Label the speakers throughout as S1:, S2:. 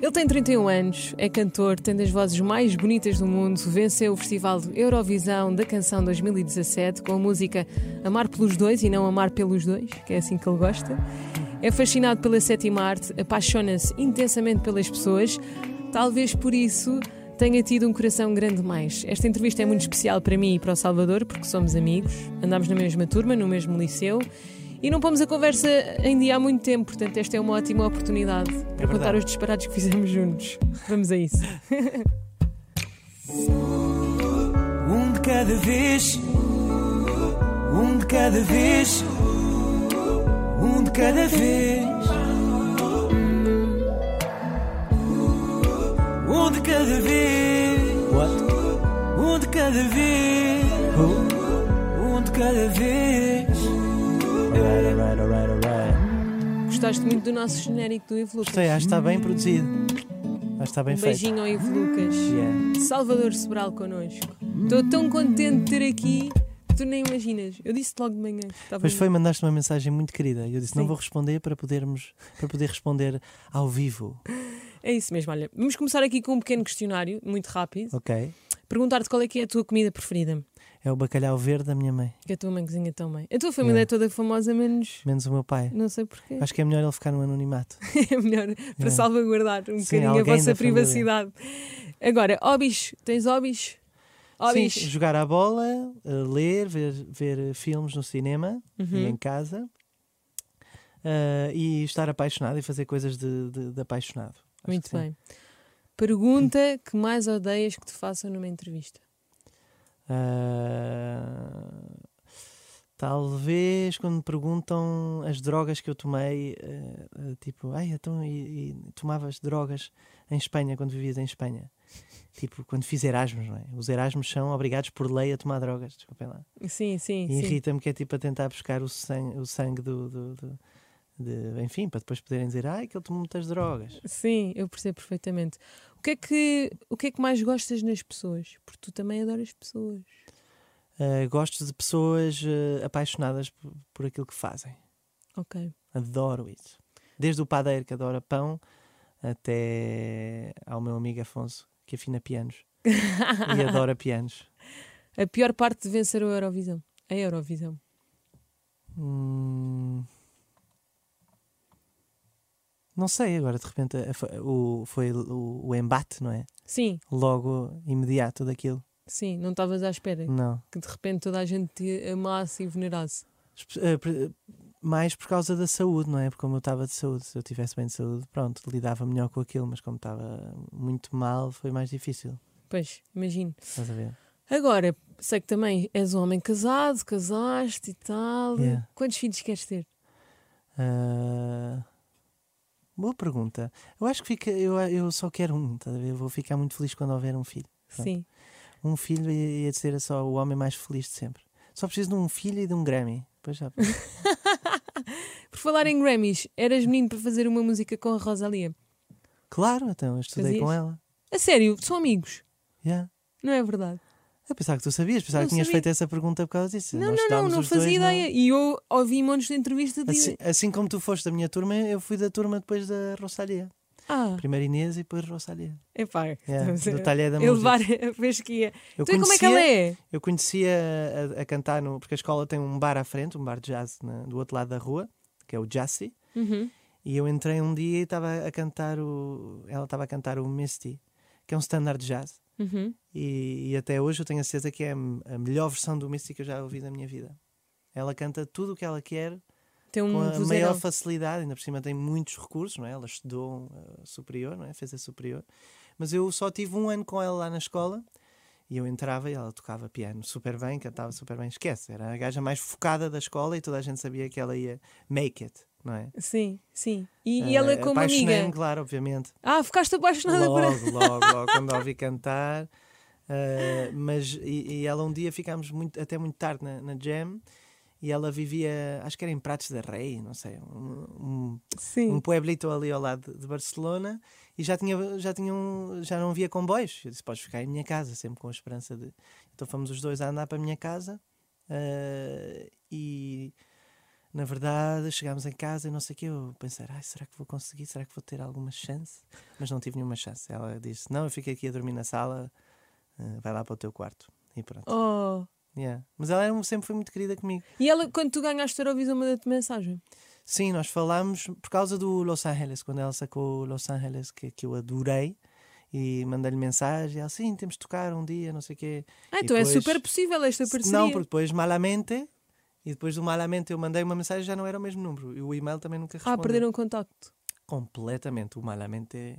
S1: Ele tem 31 anos, é cantor, tem das vozes mais bonitas do mundo, venceu o Festival Eurovisão da Canção 2017 com a música Amar pelos Dois e não Amar pelos Dois, que é assim que ele gosta. É fascinado pela sétima arte, apaixona-se intensamente pelas pessoas, talvez por isso tenha tido um coração grande mais. Esta entrevista é muito especial para mim e para o Salvador, porque somos amigos, andamos na mesma turma, no mesmo liceu. E não pomos a conversa em dia há muito tempo, portanto, esta é uma ótima oportunidade para contar
S2: É verdade.
S1: os disparados que fizemos juntos. Vamos a isso.
S2: Um de cada vez, um de cada vez, um de cada vez, um de cada vez, um de cada vez, um de cada vez. Alright, alright, alright.
S1: Gostaste muito do nosso genérico do Ivo Lucas.
S2: Gostei, acho que está bem produzido. Acho que está bem
S1: Um
S2: feito.
S1: beijinho ao Ivo Lucas.
S2: Yeah.
S1: Salvador Sobral connosco. Estou tão contente de ter aqui, tu nem imaginas. Eu disse logo de manhã. que estava-
S2: Pois foi, mandaste uma mensagem muito querida. e Eu disse: não
S1: Hum. Sim.
S2: vou responder para podermos para poder responder ao vivo.
S1: É isso mesmo, olha. Vamos começar aqui com um pequeno questionário, muito rápido.
S2: Ok?
S1: Perguntar-te qual é que é a tua comida preferida.
S2: É o bacalhau verde da minha mãe,
S1: Que a tua mãe cozinha tão bem. A tua família
S2: Yeah.
S1: é toda famosa, menos.
S2: menos o meu pai.
S1: Não sei porquê.
S2: Acho que é melhor ele ficar no anonimato.
S1: É melhor para
S2: Yeah.
S1: salvaguardar um
S2: Sim,
S1: bocadinho a
S2: alguém
S1: vossa
S2: da família.
S1: privacidade. Agora, hobbies. Tens hobbies? Hobbies.
S2: Sim, jogar à bola, eh, ler, ver, ver eh, filmes no cinema
S1: Uhum,
S2: e em casa. Ah, e estar apaixonado e fazer coisas de, de- de apaixonado. Acho que
S1: Muito
S2: sim.
S1: bem. Pergunta que mais odeias que te façam numa entrevista.
S2: Ah, talvez quando me perguntam as drogas que eu tomei, ah, ah, tipo, ai, então e, e tomavas drogas em Espanha quando vivias em Espanha? Tipo, quando fiz Erasmus, não é? Os Erasmus são obrigados por lei a tomar drogas, desculpem lá.
S1: Sim, sim,
S2: E
S1: sim.
S2: irrita-me que é tipo a tentar buscar o sangue, o sangue do, do- do- de- enfim, para depois poderem dizer, ai, que ele tomou muitas drogas.
S1: Sim, eu percebo perfeitamente. O que é que, o que, é que mais gostas nas pessoas? Porque tu também adoras pessoas.
S2: Ah, gosto de pessoas ah, apaixonadas por- por aquilo que fazem.
S1: Ok.
S2: Adoro isso. Desde o padeiro que adora pão até ao meu amigo Afonso que afina pianos e adora pianos.
S1: A pior parte de vencer o Eurovisão. A Eurovisão.
S2: Hum, Não sei, agora de repente a- foi o, foi o, o embate, não é?
S1: Sim,
S2: Logo imediato daquilo.
S1: sim, não estavas à espera
S2: Não.
S1: que de repente toda a gente te amasse e venerasse.
S2: Espe- eh, pre- Mais por causa da saúde, não é? Porque como eu estava de saúde, se eu tivesse bem de saúde, pronto, lidava melhor com aquilo, mas como estava muito mal, foi mais difícil.
S1: Pois, imagino.
S2: Estás a ver?
S1: Agora, sei que também és um homem casado, casaste e tal.
S2: Yeah.
S1: Quantos filhos queres ter?
S2: Ah, boa pergunta. Eu acho que fica, eu, eu só quero um, estás a ver? Eu vou ficar muito feliz quando houver um filho. Pronto.
S1: Sim.
S2: Um filho ia ia ser só o homem mais feliz de sempre. Só preciso de um filho e de um Grammy. Pois já.
S1: Por falar em Grammys, eras menino para fazer uma música com a Rosalia.
S2: Claro, então, eu estudei
S1: Fazias?
S2: com ela.
S1: A sério, são amigos,
S2: Yeah.
S1: não é verdade?
S2: Eu pensava que tu sabias, pensava
S1: Não
S2: que tinhas
S1: sabia.
S2: feito essa pergunta por causa disso.
S1: não,
S2: Nós
S1: não, não,
S2: estudávamos
S1: não
S2: os dois,
S1: fazia ideia. E eu ouvi montes de entrevista de.
S2: Assim, assim como tu foste da minha turma, eu fui da turma depois da Rosalia.
S1: Ah,
S2: Primeiro Inês e depois Rosalia.
S1: epá,
S2: Yeah,
S1: estamos a-
S2: É, do talher da
S1: a
S2: música.
S1: levar a pesquia.
S2: Eu
S1: Então, e como é que ela é?
S2: Eu conhecia a, a cantar no. Porque a escola tem um bar à frente, um bar de jazz na- do outro lado da rua, que é o Jassy.
S1: Uhum.
S2: E eu entrei um dia e estava a cantar o. Ela estava a cantar o Misty, que é um standard de jazz.
S1: Uhum.
S2: E, e até hoje eu tenho a certeza que é a, m- a melhor versão do Misty que eu já ouvi na minha vida. Ela canta tudo o que ela quer,
S1: Tem um
S2: com a
S1: vozeirão.
S2: maior facilidade, ainda por cima tem muitos recursos, não é? Ela estudou uh, superior, não é? Fez a superior. Mas eu só tive um ano com ela lá na escola e eu entrava e ela tocava piano super bem, cantava super bem. Esquece, era a gaja mais focada da escola e toda a gente sabia que ela ia make it, não é?
S1: Sim, sim. E, e
S2: Eh,
S1: ela é como
S2: apaixonei-me,
S1: amiga.
S2: claro, obviamente.
S1: Ah, ficaste apaixonada por ela.
S2: Logo, logo, logo, quando a ouvi cantar. Eh, mas, e, e ela um dia ficámos muito, até muito tarde na, na jam e ela vivia, acho que era em Pratos da Rei, não sei, um, um, um
S1: Sim.
S2: pueblito ali ao lado de Barcelona e já tinha já tinha um- já não havia comboios eu disse podes ficar em minha casa sempre com a esperança de então fomos os dois a andar para a minha casa ah, eh, e na verdade, chegámos em casa e não sei o quê. Eu pensei, ai, será que vou conseguir? Será que vou ter alguma chance? Mas não tive nenhuma chance. Ela disse, não, eu fico aqui a dormir na sala, eh, vai lá para o teu quarto. E pronto.
S1: Oh.
S2: Yeah. Mas ela era um- sempre foi muito querida comigo.
S1: E ela, quando tu ganhaste o Eurovisão, manda-te mensagem.
S2: Sim, nós falámos por causa do Los Angeles, quando ela sacou o Los Angeles, que, que eu adorei. E mandei-lhe mensagem, ela, sim, temos de tocar um dia, não sei o quê.
S1: Ah,
S2: E
S1: então é
S2: depois-
S1: super possível esta parceria. Ah,
S2: Não, porque depois malamente, e depois do malamente eu mandei uma mensagem já não era o mesmo número. E o e-mail também nunca
S1: Ah,
S2: respondeu.
S1: perderam o contacto.
S2: Completamente. O malamente.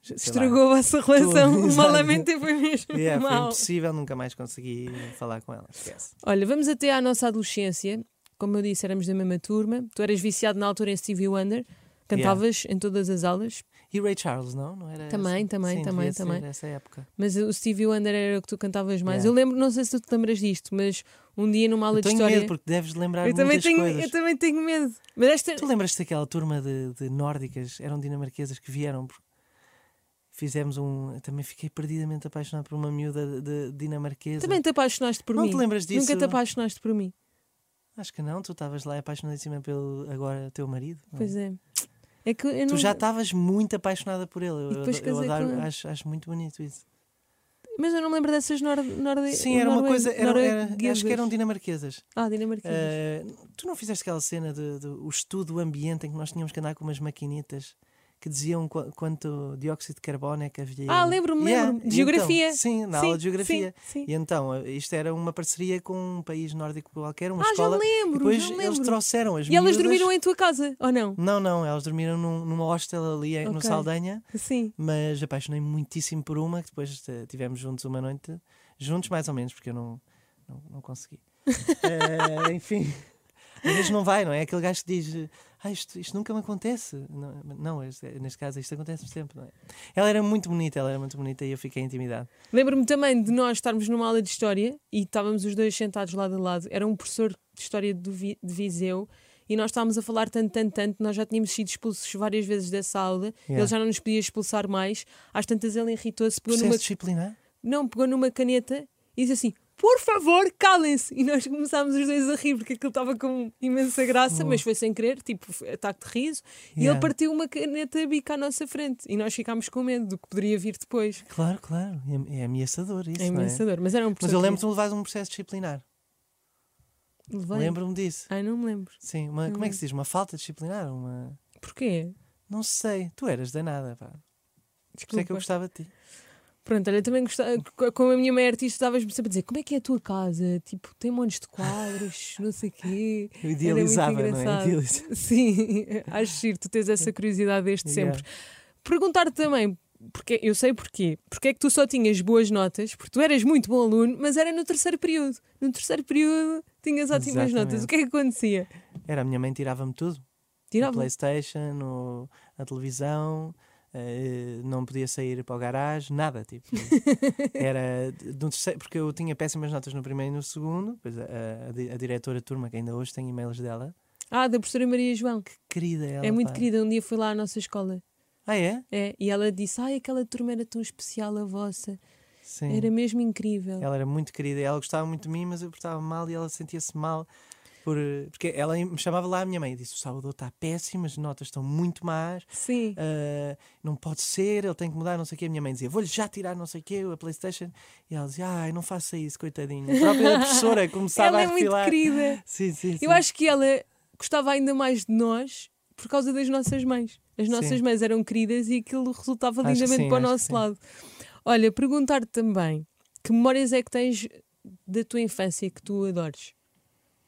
S2: sei lá.
S1: Estragou a vossa relação.
S2: Tudo,
S1: O
S2: exato.
S1: malamente foi mesmo
S2: Yeah, foi
S1: mal.
S2: impossível, nunca mais consegui falar com ela. Esquece.
S1: Olha, vamos até à nossa adolescência. Como eu disse, éramos da mesma turma. Tu eras viciado na altura em Stevie Wonder. Cantavas em todas as aulas.
S2: E Ray Charles, não? não era
S1: Também,
S2: essa?
S1: também,
S2: Sim,
S1: também,
S2: devia ser
S1: também.
S2: Essa época.
S1: Mas o Stevie Wonder era o que tu cantavas mais.
S2: Yeah.
S1: Eu lembro, não sei se tu te lembras disto, mas um dia numa aula
S2: Eu tenho
S1: de história.
S2: medo porque deves lembrar
S1: eu,
S2: muitas
S1: também tenho,
S2: coisas.
S1: eu também tenho medo. Mas esta.
S2: Tu lembras-te daquela turma de, de nórdicas, eram dinamarquesas que vieram? por- Fizemos um. Também fiquei perdidamente apaixonado por uma miúda de, de dinamarquesa.
S1: Também te apaixonaste por
S2: Não
S1: mim.
S2: te lembras disso?
S1: Nunca te apaixonaste por mim.
S2: Acho que não, tu estavas lá apaixonadíssima pelo agora teu marido. não é?
S1: Pois é. É que eu
S2: Tu
S1: não-
S2: já estavas muito apaixonada por ele. Eu,
S1: E depois
S2: ado- eu
S1: casei com
S2: adoro-
S1: ele.
S2: acho, acho muito bonito isso.
S1: Mas eu não me lembro dessas nor... nor...
S2: Sim, era uma
S1: norue-
S2: coisa. Era, era,
S1: norueguesas.
S2: acho que eram dinamarquesas.
S1: Ah, dinamarquesas.
S2: Eh, tu não fizeste aquela cena do, do o estudo do ambiente em que nós tínhamos que andar com umas maquinitas que diziam qu- quanto dióxido de carbono é que havia?
S1: Ah, lembro-me, lembro-me. De
S2: e então,
S1: geografia.
S2: sim, na
S1: Sim,
S2: aula de geografia.
S1: Sim, sim.
S2: E então, eh, isto era uma parceria com um país nórdico qualquer, uma
S1: ah,
S2: escola.
S1: já me
S2: e
S1: lembro.
S2: depois
S1: já me
S2: eles
S1: lembro.
S2: trouxeram as
S1: E elas
S2: miúdas-
S1: dormiram em tua casa, ou não?
S2: Não, não, elas dormiram num- numa hostel ali eh, no
S1: Ok.
S2: Saldanha.
S1: Sim.
S2: mas apaixonei muitíssimo por uma que depois eh, tivemos juntos uma noite, juntos mais ou menos, porque eu não, não, não consegui. Eh, enfim, às vezes não vai, não é? Aquele gajo que diz: eh, ah, isto, isto nunca me acontece. Não, não, este- neste caso isto acontece sempre, não é? Ela era muito bonita, ela era muito bonita e eu fiquei intimidado.
S1: Lembro-me também de nós estarmos numa aula de história e estávamos os dois sentados lado a lado. Era um professor de história do Vi- de Viseu e nós estávamos a falar tanto, tanto, tanto. Nós já tínhamos sido expulsos várias vezes dessa aula.
S2: Yeah.
S1: Ele já não nos podia expulsar mais. Às tantas ele irritou-se, pegou
S2: Processo
S1: numa
S2: disciplinar?
S1: não, pegou numa caneta e disse assim: Por favor, calem-se! E nós começámos os dois a rir, porque aquilo estava com imensa graça, mas foi sem querer, tipo, foi ataque de riso. E ele
S2: Yeah.
S1: partiu uma caneta bica à nossa frente. E nós ficámos com medo do que poderia vir depois.
S2: Claro, claro, é, é ameaçador isso,
S1: É
S2: não é?
S1: ameaçador, mas era um
S2: Mas eu lembro-me de levar um processo disciplinar.
S1: que levei.
S2: Lembro-me disso.
S1: Ai, não me lembro.
S2: Sim, uma, como é
S1: Hum.
S2: que se diz? Uma falta disciplinar? Uma...
S1: Porquê?
S2: Não sei, tu eras danada, pá. Por isso
S1: Desculpa.
S2: é é que eu gostava de ti.
S1: Pronto, olha, eu também gostava. co- Como a minha mãe é artista, estavas-me sempre a dizer: como é que é a tua casa? Tipo, tem montes de quadros, não sei o quê.
S2: Eu
S1: Era muito
S2: idealizava, não é?
S1: engraçado.
S2: Idealizava.
S1: Sim, acho giro, tu tens essa curiosidade desde
S2: Yeah.
S1: sempre. Perguntar-te também, porque eu sei porquê, porque é que tu só tinhas boas notas, porque tu eras muito bom aluno, mas era no terceiro período. No terceiro período tinhas ótimas
S2: Exatamente.
S1: notas. O que é que acontecia?
S2: Era, a minha mãe tirava-me tudo. A
S1: Tirava.
S2: Playstation, o- a televisão, eh, não podia sair para o garagem, nada, tipo. Era de um terceiro, porque eu tinha péssimas notas no primeiro e no segundo, pois a, a- a di- a diretora de turma, que ainda hoje tem e-mails dela,
S1: Ah, da professora Maria João.
S2: querida ela.
S1: é muito
S2: pá.
S1: querida, um dia foi lá à nossa escola.
S2: Ah, é?
S1: É, e ela disse: Ai, aquela turma era tão especial a vossa.
S2: Sim.
S1: Era mesmo incrível.
S2: Ela era muito querida, ela gostava muito de mim, mas eu portava mal e ela sentia-se mal. Por, porque ela me chamava lá a minha mãe e disse: O Salvador está péssimo, as notas estão muito más,
S1: Sim.
S2: Ah, não pode ser, ele tem que mudar, não sei o quê. A minha mãe dizia, vou-lhe já tirar não sei o quê, a Playstation. E ela dizia, ai, não faça isso, coitadinha. A própria professora começava
S1: Ela é
S2: a
S1: muito
S2: refilar.
S1: querida.
S2: Sim, sim, sim.
S1: Eu acho que ela gostava ainda mais de nós por causa das nossas mães. As nossas
S2: Sim.
S1: mães eram queridas e aquilo resultava
S2: Acho que
S1: lindamente
S2: sim,
S1: para o
S2: acho que
S1: nosso
S2: sim.
S1: lado. Olha, perguntar-te também que memórias é que tens da tua infância que tu adores?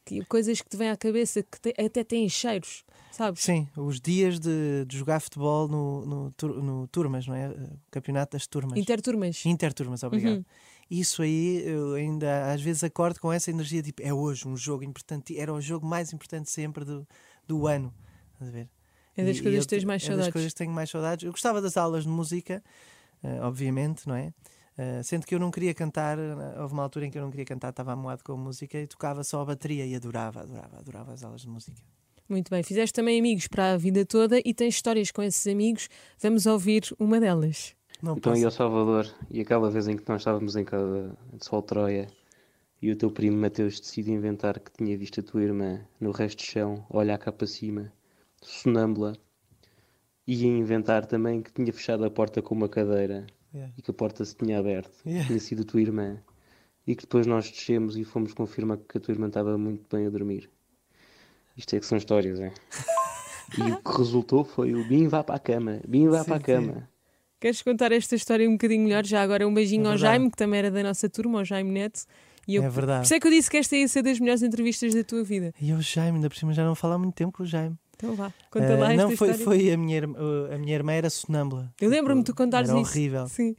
S1: Que- coisas que te vêm à cabeça que te- até têm cheiros, sabes?
S2: Sim, os dias de, de jogar futebol no, no, tur- no Turmas, não é? O campeonato das turmas.
S1: Interturmas.
S2: Interturmas, obrigado.
S1: Uhum.
S2: Isso aí, eu ainda às vezes acordo com essa energia, tipo, é hoje um jogo importante, era o jogo mais importante sempre do, do ano. Estás a ver?
S1: É das
S2: E- e
S1: coisas
S2: eu
S1: que tens
S2: te-
S1: mais
S2: É das
S1: saudades.
S2: coisas que tenho mais saudades. Eu gostava das aulas de música, eh, obviamente, não é? Eh, sendo que eu não queria cantar, eh, houve uma altura em que eu não queria cantar, estava amoado com a música e tocava só a bateria e adorava, adorava, adorava as aulas de música.
S1: Muito bem. Fizeste também amigos para a vida toda e tens histórias com esses amigos. Vamos ouvir uma delas.
S2: Não
S3: Então
S2: posso.
S3: ia ao Salvador e aquela vez em que nós estávamos em casa de Sol Troia e o teu primo Mateus decide inventar que tinha visto a tua irmã no resto do chão, a olhar cá para cima, sonâmbula, e a inventar também que tinha fechado a porta com uma cadeira
S2: Yeah.
S3: e que a porta se tinha aberto,
S2: Yeah.
S3: tinha sido a tua irmã, e que depois nós descemos e fomos confirmar que a tua irmã estava muito bem a dormir. Isto é que são histórias, é? E o que resultou foi o Bim vá para a cama, Bim vá
S2: Sim,
S3: para a
S2: sim.
S3: cama.
S1: Queres contar esta história um bocadinho melhor? Já agora um beijinho
S2: É
S1: ao
S2: verdade.
S1: Jaime, que também era da nossa turma, ao Jaime Neto. E eu,
S2: É verdade.
S1: Por isso é que eu disse que esta ia ser das melhores entrevistas da tua vida.
S2: E o Jaime, ainda por cima já não falo há muito tempo com o Jaime.
S1: Então vá, conta
S2: Ah,
S1: lá esta
S2: não, foi,
S1: história.
S2: foi a minha, irmã- a minha irmã era sonâmbula. Tipo,
S1: Eu lembro-me de tu contares
S2: era
S1: isso.
S2: horrível.
S1: Sim.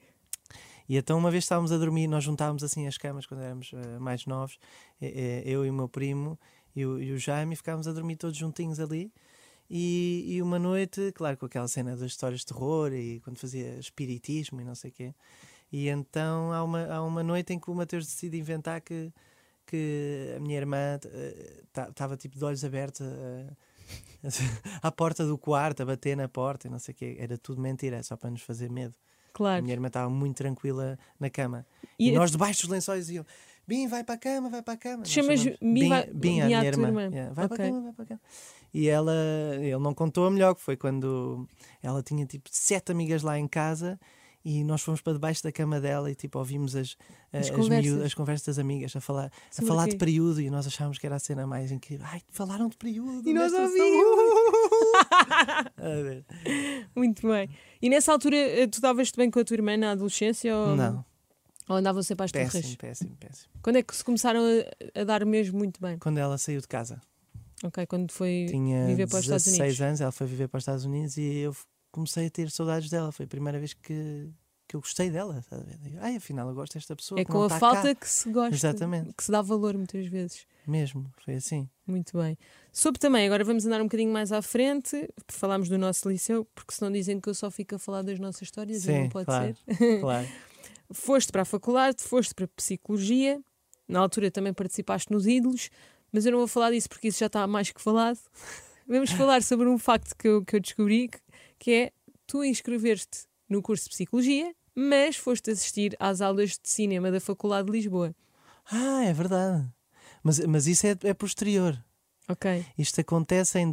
S2: E então uma vez estávamos a dormir, nós juntávamos assim as camas quando éramos eh, mais novos, eh, eh, eu e o meu primo e o, e o Jaime, e ficávamos a dormir todos juntinhos ali. E, e uma noite, claro, com aquela cena das histórias de terror e quando fazia espiritismo e não sei o quê. E então há uma, há uma noite em que o Mateus decide inventar que, que a minha irmã estava tipo de olhos abertos eh, à porta do quarto, a bater na porta e não sei o quê. Era tudo mentira, é só para nos fazer medo. A
S1: Claro.
S2: minha irmã estava muito tranquila na cama.
S1: E a-
S2: E, nós debaixo dos lençóis iam. Bim, vai para a cama, vai para a cama.
S1: Tu
S2: Nós
S1: chamas
S2: chamamos,
S1: Bim
S2: Bim,
S1: vai-
S2: Bim à
S1: Bim à
S2: minha
S1: tua
S2: irmã.
S1: irmã.
S2: Yeah, Vai
S1: Ok.
S2: para a cama, vai para a cama. E ela, ele não contou a melhor, que foi quando ela tinha tipo sete amigas lá em casa e nós fomos para debaixo da cama dela e tipo ouvimos as,
S1: As
S2: as,
S1: conversas.
S2: miúdas- as conversas das amigas a falar, a
S1: Sobre
S2: falar
S1: quê?
S2: de período e nós achávamos que era a cena mais incrível. Ai, falaram de período.
S1: E nós
S2: nesta sala. a ver.
S1: Muito bem. E nessa altura eh, tu davas-te bem com a tua irmã na adolescência ou,
S2: Não,
S1: ou andavam sempre às
S2: péssimo,
S1: terras?
S2: péssimo, péssimo.
S1: Quando é que se começaram a, a dar mesmo muito bem?
S2: Quando ela saiu de casa.
S1: Ok, quando foi
S2: tinha
S1: viver para os Estados
S2: 16
S1: Unidos.
S2: anos, ela foi viver para os Estados Unidos e eu f- comecei a ter saudades dela. Foi a primeira vez que, que eu gostei dela. estás a ver? Digo, Ai, afinal eu gosto desta pessoa.
S1: É
S2: que
S1: com
S2: não
S1: a
S2: está
S1: falta
S2: cá.
S1: que se gosta,
S2: Exatamente.
S1: que se dá valor muitas vezes.
S2: Mesmo, foi assim.
S1: Muito bem. Soube também, agora vamos andar um bocadinho mais à frente, falámos do nosso liceu, porque senão dizem que eu só fico a falar das nossas histórias e não pode
S2: claro.
S1: ser.
S2: claro.
S1: Foste para a faculdade, foste para a psicologia, na altura também participaste nos ídolos, mas eu não vou falar disso porque isso já está mais que falado. Vamos falar sobre um facto que eu, que eu descobri, que, que é tu inscreveste no curso de psicologia, mas foste assistir às aulas de cinema da Faculdade de Lisboa.
S2: Ah, é verdade. Mas, mas isso é, é posterior.
S1: Ok.
S2: Isto acontece em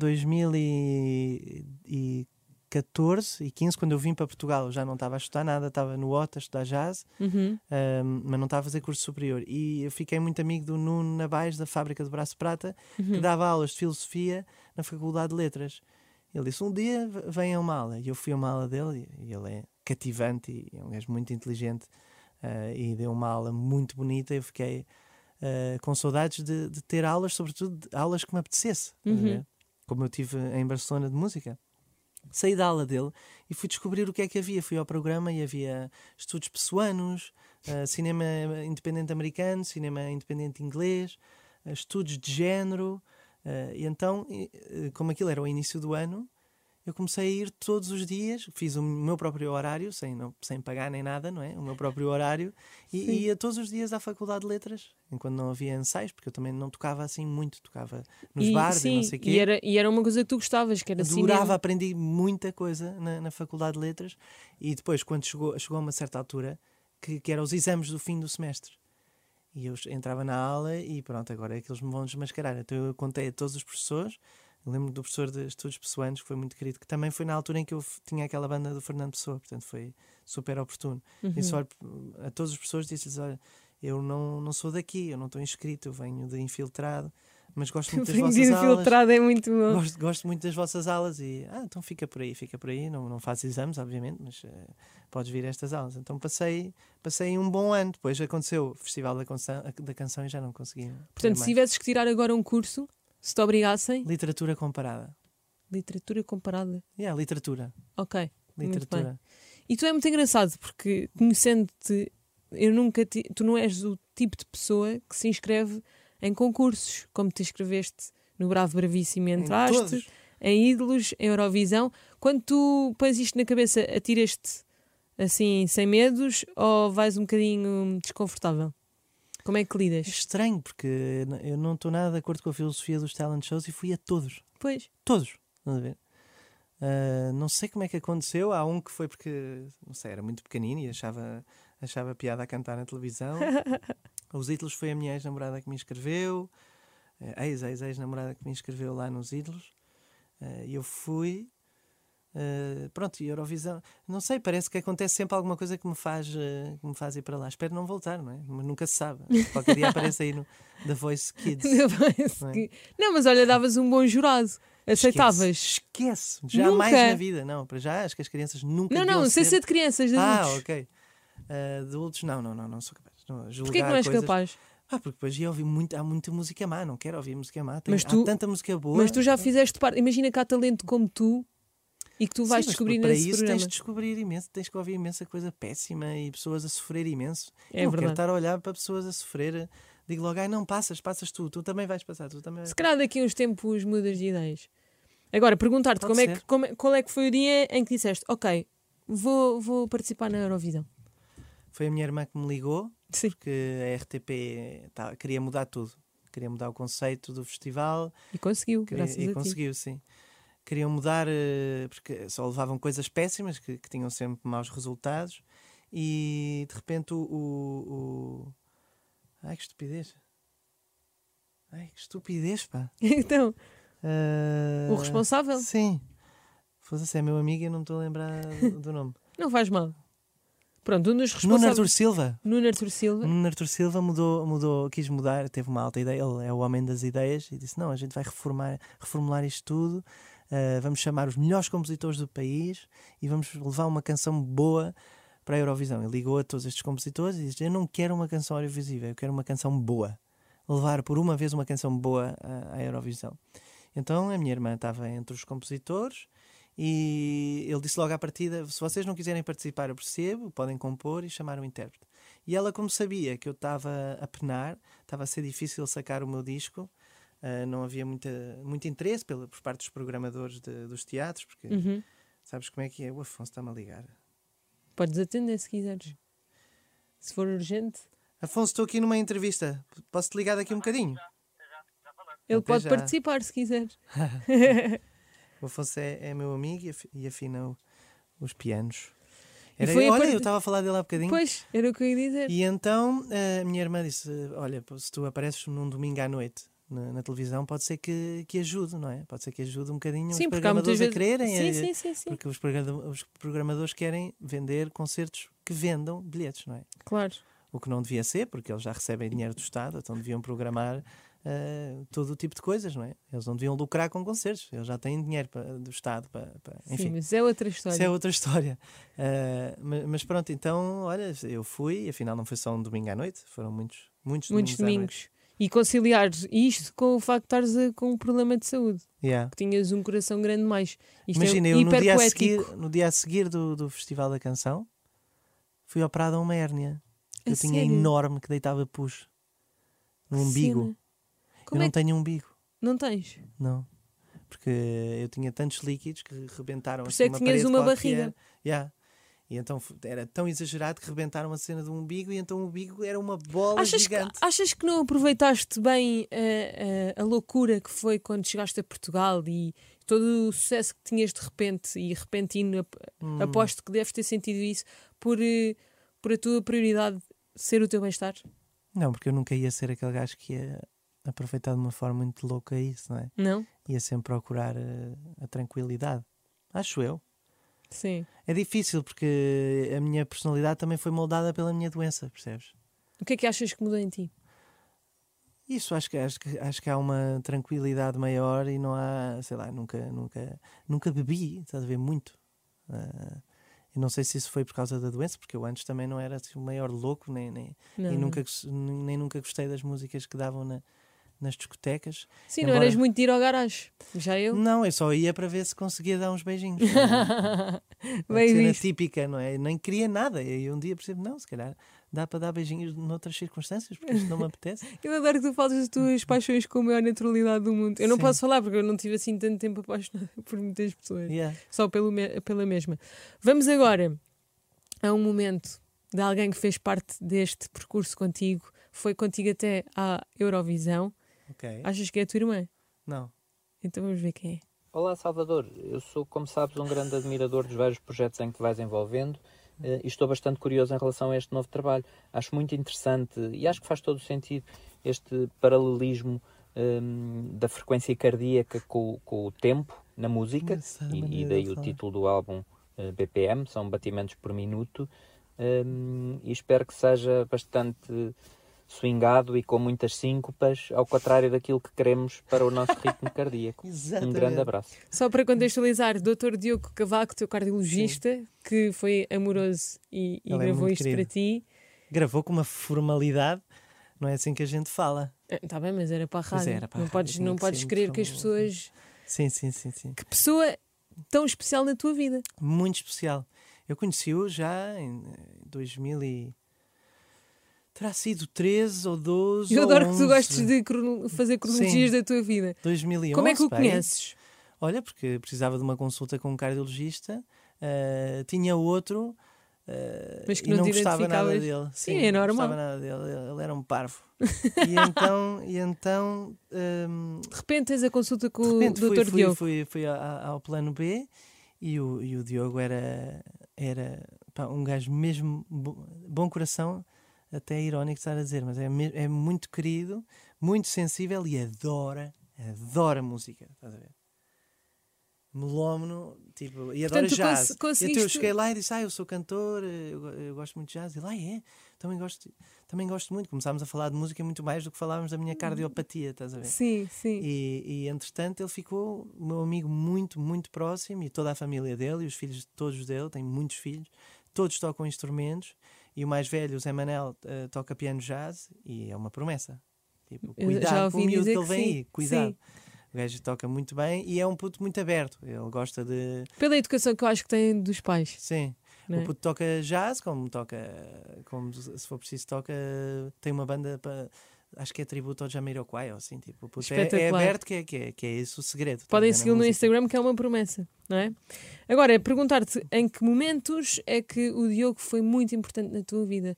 S2: 2014 e 15, quando eu vim para Portugal. Eu já não estava a estudar nada, estava no OTA a estudar jazz.
S1: Uhum.
S2: Ahm, mas não estava a fazer curso superior. E eu fiquei muito amigo do Nuno Nabais, da fábrica do Braço de Prata, que dava aulas de filosofia na Faculdade de Letras. Ele disse: Um dia v- vem a uma aula. E eu fui a uma aula dele, e e ele é cativante e é um gajo muito inteligente. ah, e deu uma aula muito bonita. Eu fiquei ah, com saudades de, de ter aulas, sobretudo de aulas que me apetecesse, estás a
S1: Uhum.
S2: ver? como eu tive em Barcelona de música. Saí da aula dele e fui descobrir o que é que havia. Fui ao programa e havia estudos pessoanos, ah, cinema independente americano, cinema independente inglês, ah, estudos de género. ah, e então, e, eh, como aquilo era o início do ano, eu comecei a ir todos os dias, fiz o meu próprio horário, sem, não, sem pagar nem nada, não é? O meu próprio horário, e e ia todos os dias à Faculdade de Letras, enquanto não havia ensaios, porque eu também não tocava assim muito, tocava nos
S1: e,
S2: bares
S1: sim,
S2: e não sei o quê.
S1: E era, e era uma coisa que tu gostavas, que era
S2: Adorava,
S1: cinema.
S2: aprendi muita coisa na, na Faculdade de Letras e depois, quando chegou, chegou a uma certa altura, que, que eram os exames do fim do semestre. E eu entrava na aula e pronto, agora é que eles me vão desmascarar. Então eu contei a todos os professores. Eu Lembro do professor de Estudos Pessoanos, que foi muito querido, que também foi na altura em que eu f- tinha aquela banda do Fernando Pessoa, portanto foi super oportuno.
S1: Uhum.
S2: Disse olha, a todos os professores, disse-lhes: olha, eu não, não sou daqui, eu não estou inscrito, eu venho de infiltrado, mas gosto muito das vossas
S1: Aprendido
S2: aulas.
S1: filtrado é muito bom.
S2: Gosto, gosto muito das vossas aulas e ah, então fica por aí, fica por aí, não, não faço exames, obviamente, mas eh, podes vir a estas aulas. Então passei, passei um bom ano, depois aconteceu o Festival da Canção, da canção e já não consegui. fazer
S1: Portanto, se
S2: mais.
S1: tivesses que tirar agora um curso, se te obrigassem,
S2: Literatura comparada.
S1: literatura comparada.
S2: Yeah, literatura.
S1: Ok. Muito
S2: Literatura.
S1: E tu é muito engraçado porque conhecendo-te, eu nunca ti- tu não és o tipo de pessoa que se inscreve em concursos, como te inscreveste no Bravo Bravíssimo e
S2: Em
S1: entraste,
S2: todos.
S1: em Ídolos, em Eurovisão. Quando tu pões isto na cabeça, atiras-te assim sem medos ou vais um bocadinho desconfortável? Como é que
S2: É
S1: lidas?
S2: estranho, porque eu não estou nada de acordo com a filosofia dos talent shows e fui a todos.
S1: Pois,
S2: Todos, estás a ver? Ah, não sei como é que aconteceu. Há um que foi porque, não sei, era muito pequenino e achava, achava piada a cantar na televisão. Os Ídolos foi a minha ex-namorada que me inscreveu, eh, ex, ex, ex-namorada que me inscreveu lá nos Ídolos. Eh, E eu fui. eh, pronto, e Eurovisão, não sei, parece que acontece sempre alguma coisa que me faz, eh, que me faz ir para lá. Espero não voltar, não é? Mas nunca se sabe. Qualquer dia aparece aí no The Voice Kids.
S1: Ainda parece
S2: Não é?
S1: que- Não, mas olha, davas um bom jurado. Aceitavas.
S2: Esquece, jamais
S1: Nunca.
S2: na vida, não. Para já, acho que as crianças nunca.
S1: Não,
S2: deviam
S1: não, sem ser de crianças, de
S2: Ah,
S1: adultos.
S2: ok. Ah, de adultos, não, não, não, não sou capaz. Não,
S1: Porquê que
S2: julgar
S1: não és
S2: coisas-
S1: capaz?
S2: Ah, porque depois ia ouvir muito, há muita música má, não quero ouvir música má. Tem,
S1: Mas tu-
S2: há tanta música boa.
S1: Mas tu já fizeste parte. Imagina que há talento como tu e que tu
S2: Sim,
S1: vais
S2: mas
S1: descobrir
S2: para
S1: nesse
S2: isso
S1: programa.
S2: tens de descobrir imenso, tens que ouvir imensa coisa péssima e pessoas a sofrer imenso.
S1: É
S2: eu não
S1: verdade.
S2: quero estar a olhar para pessoas a sofrer. Digo logo, ai não, passas, passas tu, tu também vais passar, tu também vais
S1: Se calhar daqui a uns tempos mudas de ideias. Agora, perguntar-te
S2: Pode
S1: como é que,
S2: ser.
S1: como é- qual é que foi o dia em que disseste, ok, vou, vou participar na Eurovisão.
S2: Foi a minha irmã que me ligou
S1: Sim.
S2: porque a RTP tá- queria mudar tudo. Queria mudar o conceito do festival
S1: E conseguiu,
S2: queria-
S1: graças
S2: e
S1: a ti.
S2: conseguiu, sim. Queriam mudar eh, porque só levavam coisas péssimas que, que tinham sempre maus resultados e de repente o, o- o- Ai que estupidez! Ai que estupidez, pá!
S1: Então,
S2: Ah,
S1: o responsável
S2: Sim. Foda-se, é meu amigo e eu não me estou a lembrar do nome.
S1: não faz mal. Pronto, um dos
S2: Nuno
S1: responsáveis.
S2: Artur Silva. Hum.
S1: Nuno Artur Silva.
S2: Nuno Artur Silva mudou, mudou, quis mudar, teve uma alta ideia, ele é o homem das ideias e disse: Não, a gente vai reformar, reformular isto tudo, ah, vamos chamar os melhores compositores do país e vamos levar uma canção boa para a Eurovisão. Ele ligou a todos estes compositores e disse: Eu não quero uma canção audiovisiva, eu quero uma canção boa. Levar por uma vez uma canção boa eh, à, à Eurovisão. Então a minha irmã estava entre os compositores e ele disse logo à partida: Se vocês não quiserem participar, eu percebo, podem compor e chamar o intérprete. E ela, como sabia que eu estava a penar, estava a ser difícil sacar o meu disco, ah, não havia muita, muito interesse pela, por parte dos programadores de- dos teatros, porque
S1: Uhum.
S2: sabes como é que é? O Afonso está-me a ligar.
S1: Podes atender se quiseres. Se for urgente,
S2: Afonso, estou aqui numa entrevista, posso te ligar daqui um bocadinho?
S1: ele
S2: Até
S1: pode
S2: já.
S1: participar se quiseres.
S2: O Afonso é, é meu amigo e afi- e afina o- os pianos.
S1: E
S2: Era,
S1: foi a
S2: olha,
S1: parte-
S2: eu estava a falar dele há bocadinho.
S1: Pois, era o que eu ia dizer.
S2: E então eh, a minha irmã disse: Olha, pô, se tu apareces num domingo à noite na, na televisão, pode ser que, que ajude, não é? Pode ser que ajude um bocadinho
S1: sim,
S2: os
S1: porque há muitas
S2: programadores
S1: vezes.
S2: a quererem.
S1: sim,
S2: a-
S1: sim, sim, sim.
S2: Porque os, programa- os programadores querem vender concertos que vendam bilhetes, não é?
S1: Claro.
S2: O que não devia ser, porque eles já recebem dinheiro do Estado, então deviam programar eh, todo o tipo de coisas, não é? Eles não deviam lucrar com concertos, eles já têm dinheiro pa- do Estado para. para- enfim.
S1: Sim, mas é outra história.
S2: Isso é outra história. Ah, ma- mas, pronto, então, olha, eu fui, afinal não foi só um domingo à noite, foram muitos, muitos,
S1: Muitos
S2: domingos.
S1: domingos. E conciliar isto com o facto de estares a- com um problema de saúde,
S2: À noite. Yeah.
S1: que tinhas um coração grande mais. Isto
S2: Imagina,
S1: é
S2: eu no dia, a
S1: hiperpoético.
S2: seguir, no dia a seguir do, do Festival da Canção fui operado a uma hérnia.
S1: A
S2: que Eu tinha
S1: sério?
S2: enorme que deitava pus no
S1: Que
S2: um umbigo.
S1: cena. Como
S2: eu
S1: é
S2: não
S1: que
S2: tenho umbigo,
S1: não tens?
S2: não. Porque eu tinha tantos líquidos que rebentaram
S1: Por isso
S2: assim,
S1: é que
S2: uma
S1: tinhas
S2: parede
S1: uma
S2: qualquer.
S1: barriga.
S2: Yeah. E então fu- era tão exagerado que rebentaram a cena do umbigo e então o umbigo era uma bola
S1: Achas que,
S2: gigante.
S1: achas que não aproveitaste bem eh, a, a, a loucura que foi quando chegaste a Portugal e todo o sucesso que tinhas de repente e repentino? ap-
S2: Hum.
S1: Aposto que deves ter sentido isso por, eh, por a tua prioridade ser o teu bem-estar.
S2: Não, porque eu nunca ia ser aquele gajo que ia aproveitar de uma forma muito louca isso, não é?
S1: Não?
S2: Ia sempre procurar eh, a tranquilidade. Acho eu.
S1: Sim.
S2: É difícil porque a minha personalidade também foi moldada pela minha doença, percebes?
S1: O que é que achas que mudou em ti?
S2: Isso acho que acho que acho que há uma tranquilidade maior e não há, sei lá, nunca nunca nunca bebi, estás a ver muito. Ah, eu não sei se isso foi por causa da doença, porque eu antes também não era assim, o maior louco, nem, nem,
S1: Não,
S2: e
S1: não.
S2: nunca, gos- nem nunca gostei das músicas que davam na- nas discotecas.
S1: Sim, não
S2: Embora- Hum.
S1: eras muito de ir ao garagem. Já eu.
S2: Não, eu só ia para ver se conseguia dar uns beijinhos. Uma
S1: Bem
S2: cena é
S1: visto.
S2: típica, não é? Nem queria nada. E um dia percebo, não, se calhar dá para dar beijinhos noutras circunstâncias, porque isto não me apetece.
S1: Eu adoro que tu falas das tuas paixões com a maior naturalidade do mundo. Eu não
S2: Hum. Sim.
S1: posso falar porque eu não tive assim tanto tempo apaixonada por muitas pessoas.
S2: Yeah.
S1: Só pelo me- pela mesma. Vamos agora a um momento de alguém que fez parte deste percurso contigo. Foi contigo até à Eurovisão.
S2: Ok.
S1: Achas que é a tua irmã?
S4: Um
S2: Não.
S1: Então vamos ver quem é.
S4: Olá Salvador, eu sou, como sabes, um grande admirador dos vários projetos em que te vais envolvendo, eh, e estou bastante curioso em relação a este novo trabalho. Acho muito interessante e acho que faz todo o sentido este paralelismo hum, da frequência cardíaca com, com o tempo na música
S2: Essa
S4: e, e
S2: maneira
S4: daí
S2: de
S4: o
S2: falar.
S4: título do álbum eh, BPM, são batimentos por minuto hum, e espero que seja bastante swingado e com muitas síncopas, ao contrário daquilo que queremos para o nosso ritmo cardíaco. Um
S2: Exatamente.
S4: grande abraço.
S1: Só para contextualizar, Dr. Diogo Cavaco, teu cardiologista, que foi amoroso e, e
S2: Ele é
S1: gravou
S2: muito
S1: isto
S2: querido.
S1: para ti.
S2: Gravou com uma formalidade, não é assim que a gente fala.
S1: Está É, tá bem, mas era para a
S2: Pois
S1: rádio.
S2: era para a
S1: não
S2: rádio,
S1: podes,
S2: tinha
S1: não
S2: que
S1: podes
S2: ser
S1: querer que as
S2: muito
S1: pessoas.
S2: Sim, sim, sim, sim.
S1: Que pessoa tão especial na tua vida.
S2: Muito especial. Eu conheci-o já em eh, 2000 e... Terá sido 13 ou 12
S1: Eu
S2: ou
S1: adoro que tu
S2: 11.
S1: gostes de crono- fazer cronologias da tua vida.
S2: 2011,
S1: Como é que o
S2: pá,
S1: conheces?
S2: Olha, porque precisava de uma consulta com um cardiologista, ah, tinha outro, ah,
S1: Mas que
S2: e
S1: não
S2: não,
S1: te
S2: gostava nada
S1: identificavas.
S2: dele.
S1: Sim, é
S2: não
S1: normal.
S2: gostava nada dele, ele- ele era um parvo. e então, e então ahm,
S1: De repente tens a consulta com
S2: de repente
S1: o
S2: fui,
S1: Dr.
S2: fui,
S1: Diogo.
S2: fui, fui a- a- ao plano B e o, e o Diogo era, era pá, um gajo mesmo bo- bom coração, até é irónico estar a dizer, mas é, me- é muito querido, muito sensível e adora, adora música, estás a ver? Melómano, tipo, e
S1: Portanto,
S2: adora
S1: tu
S2: jazz.
S1: cons-
S2: Então eu
S1: conseguiste-
S2: cheguei lá e disse: Ah, eu sou cantor, eu, go- eu gosto muito de jazz. Ele, ah, é? Também gosto, também gosto muito. Começámos a falar de música muito mais do que falávamos da
S1: Hum.
S2: minha cardiopatia, estás a ver?
S1: Sim, sim.
S2: E, e, entretanto ele ficou meu amigo muito, muito próximo e toda a família dele e os filhos de todos dele, tem muitos filhos, todos tocam instrumentos e o mais velho, o Zé Manel, eh, toca piano jazz e é uma promessa. Tipo,
S1: Eu
S2: cuidado
S1: já
S2: com
S1: ouvi
S2: o miúdo
S1: dizer
S2: que ele
S1: que
S2: vem
S1: sim,
S2: aí, cuidado.
S1: sim.
S2: O gajo toca muito bem e é um puto muito aberto. Ele gosta de.
S1: Pela educação que eu acho que tem dos pais.
S2: Sim.
S1: não é?
S2: O puto toca jazz, como toca, como se for preciso, toca. Tem uma banda para. Acho que é tributo ao Jamiroquai, ou assim, tipo, o puto é, é
S1: Espetacular.
S2: aberto, que é, que, é, que é esse o segredo. estás a
S1: Podem
S2: ver, na
S1: segui-lo no
S2: música.
S1: Instagram, que é uma promessa, não é? Agora, perguntar-te em que momentos é que o Diogo foi muito importante na tua vida?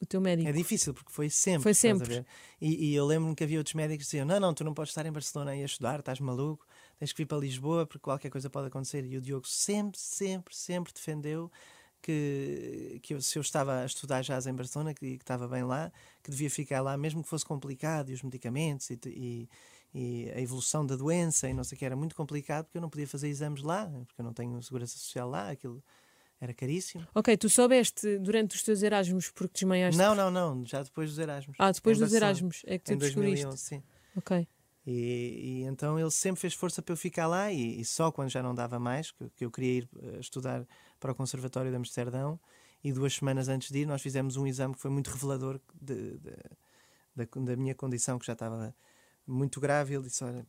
S1: O teu médico.
S2: É difícil, porque foi sempre.
S1: Foi
S2: estás a
S1: sempre.
S2: ver? E, e eu lembro-me que havia outros médicos que diziam: Não, não, tu não podes estar em Barcelona e a estudar, estás maluco, tens que vir para Lisboa porque qualquer coisa pode acontecer. E o Diogo sempre, sempre, sempre defendeu que, que eu- se eu estava a estudar jazz em Barcelona que- e que estava bem lá, que devia ficar lá, mesmo que fosse complicado, e os medicamentos e, te- e- e a evolução da doença e não sei o que, era muito complicado porque eu não podia fazer exames lá, porque eu não tenho segurança social lá, aquilo era caríssimo.
S1: Ok, tu soubeste durante os teus Erasmus porque desmaiaste?
S2: Não, não, não, já depois dos Erasmus.
S1: Ah, depois
S2: Em
S1: dos
S2: um Barcelona.
S1: Erasmus é que tu
S2: Em
S1: descobriste.
S2: 2011, sim.
S1: Ok.
S2: E, e então ele sempre fez força para eu ficar lá e, e só quando já não dava mais, que, que eu queria ir eh, estudar para o Conservatório de Amsterdão e duas semanas antes de ir nós fizemos um exame que foi muito revelador de- de- da, da minha condição que já estava muito grave e ele disse, olha,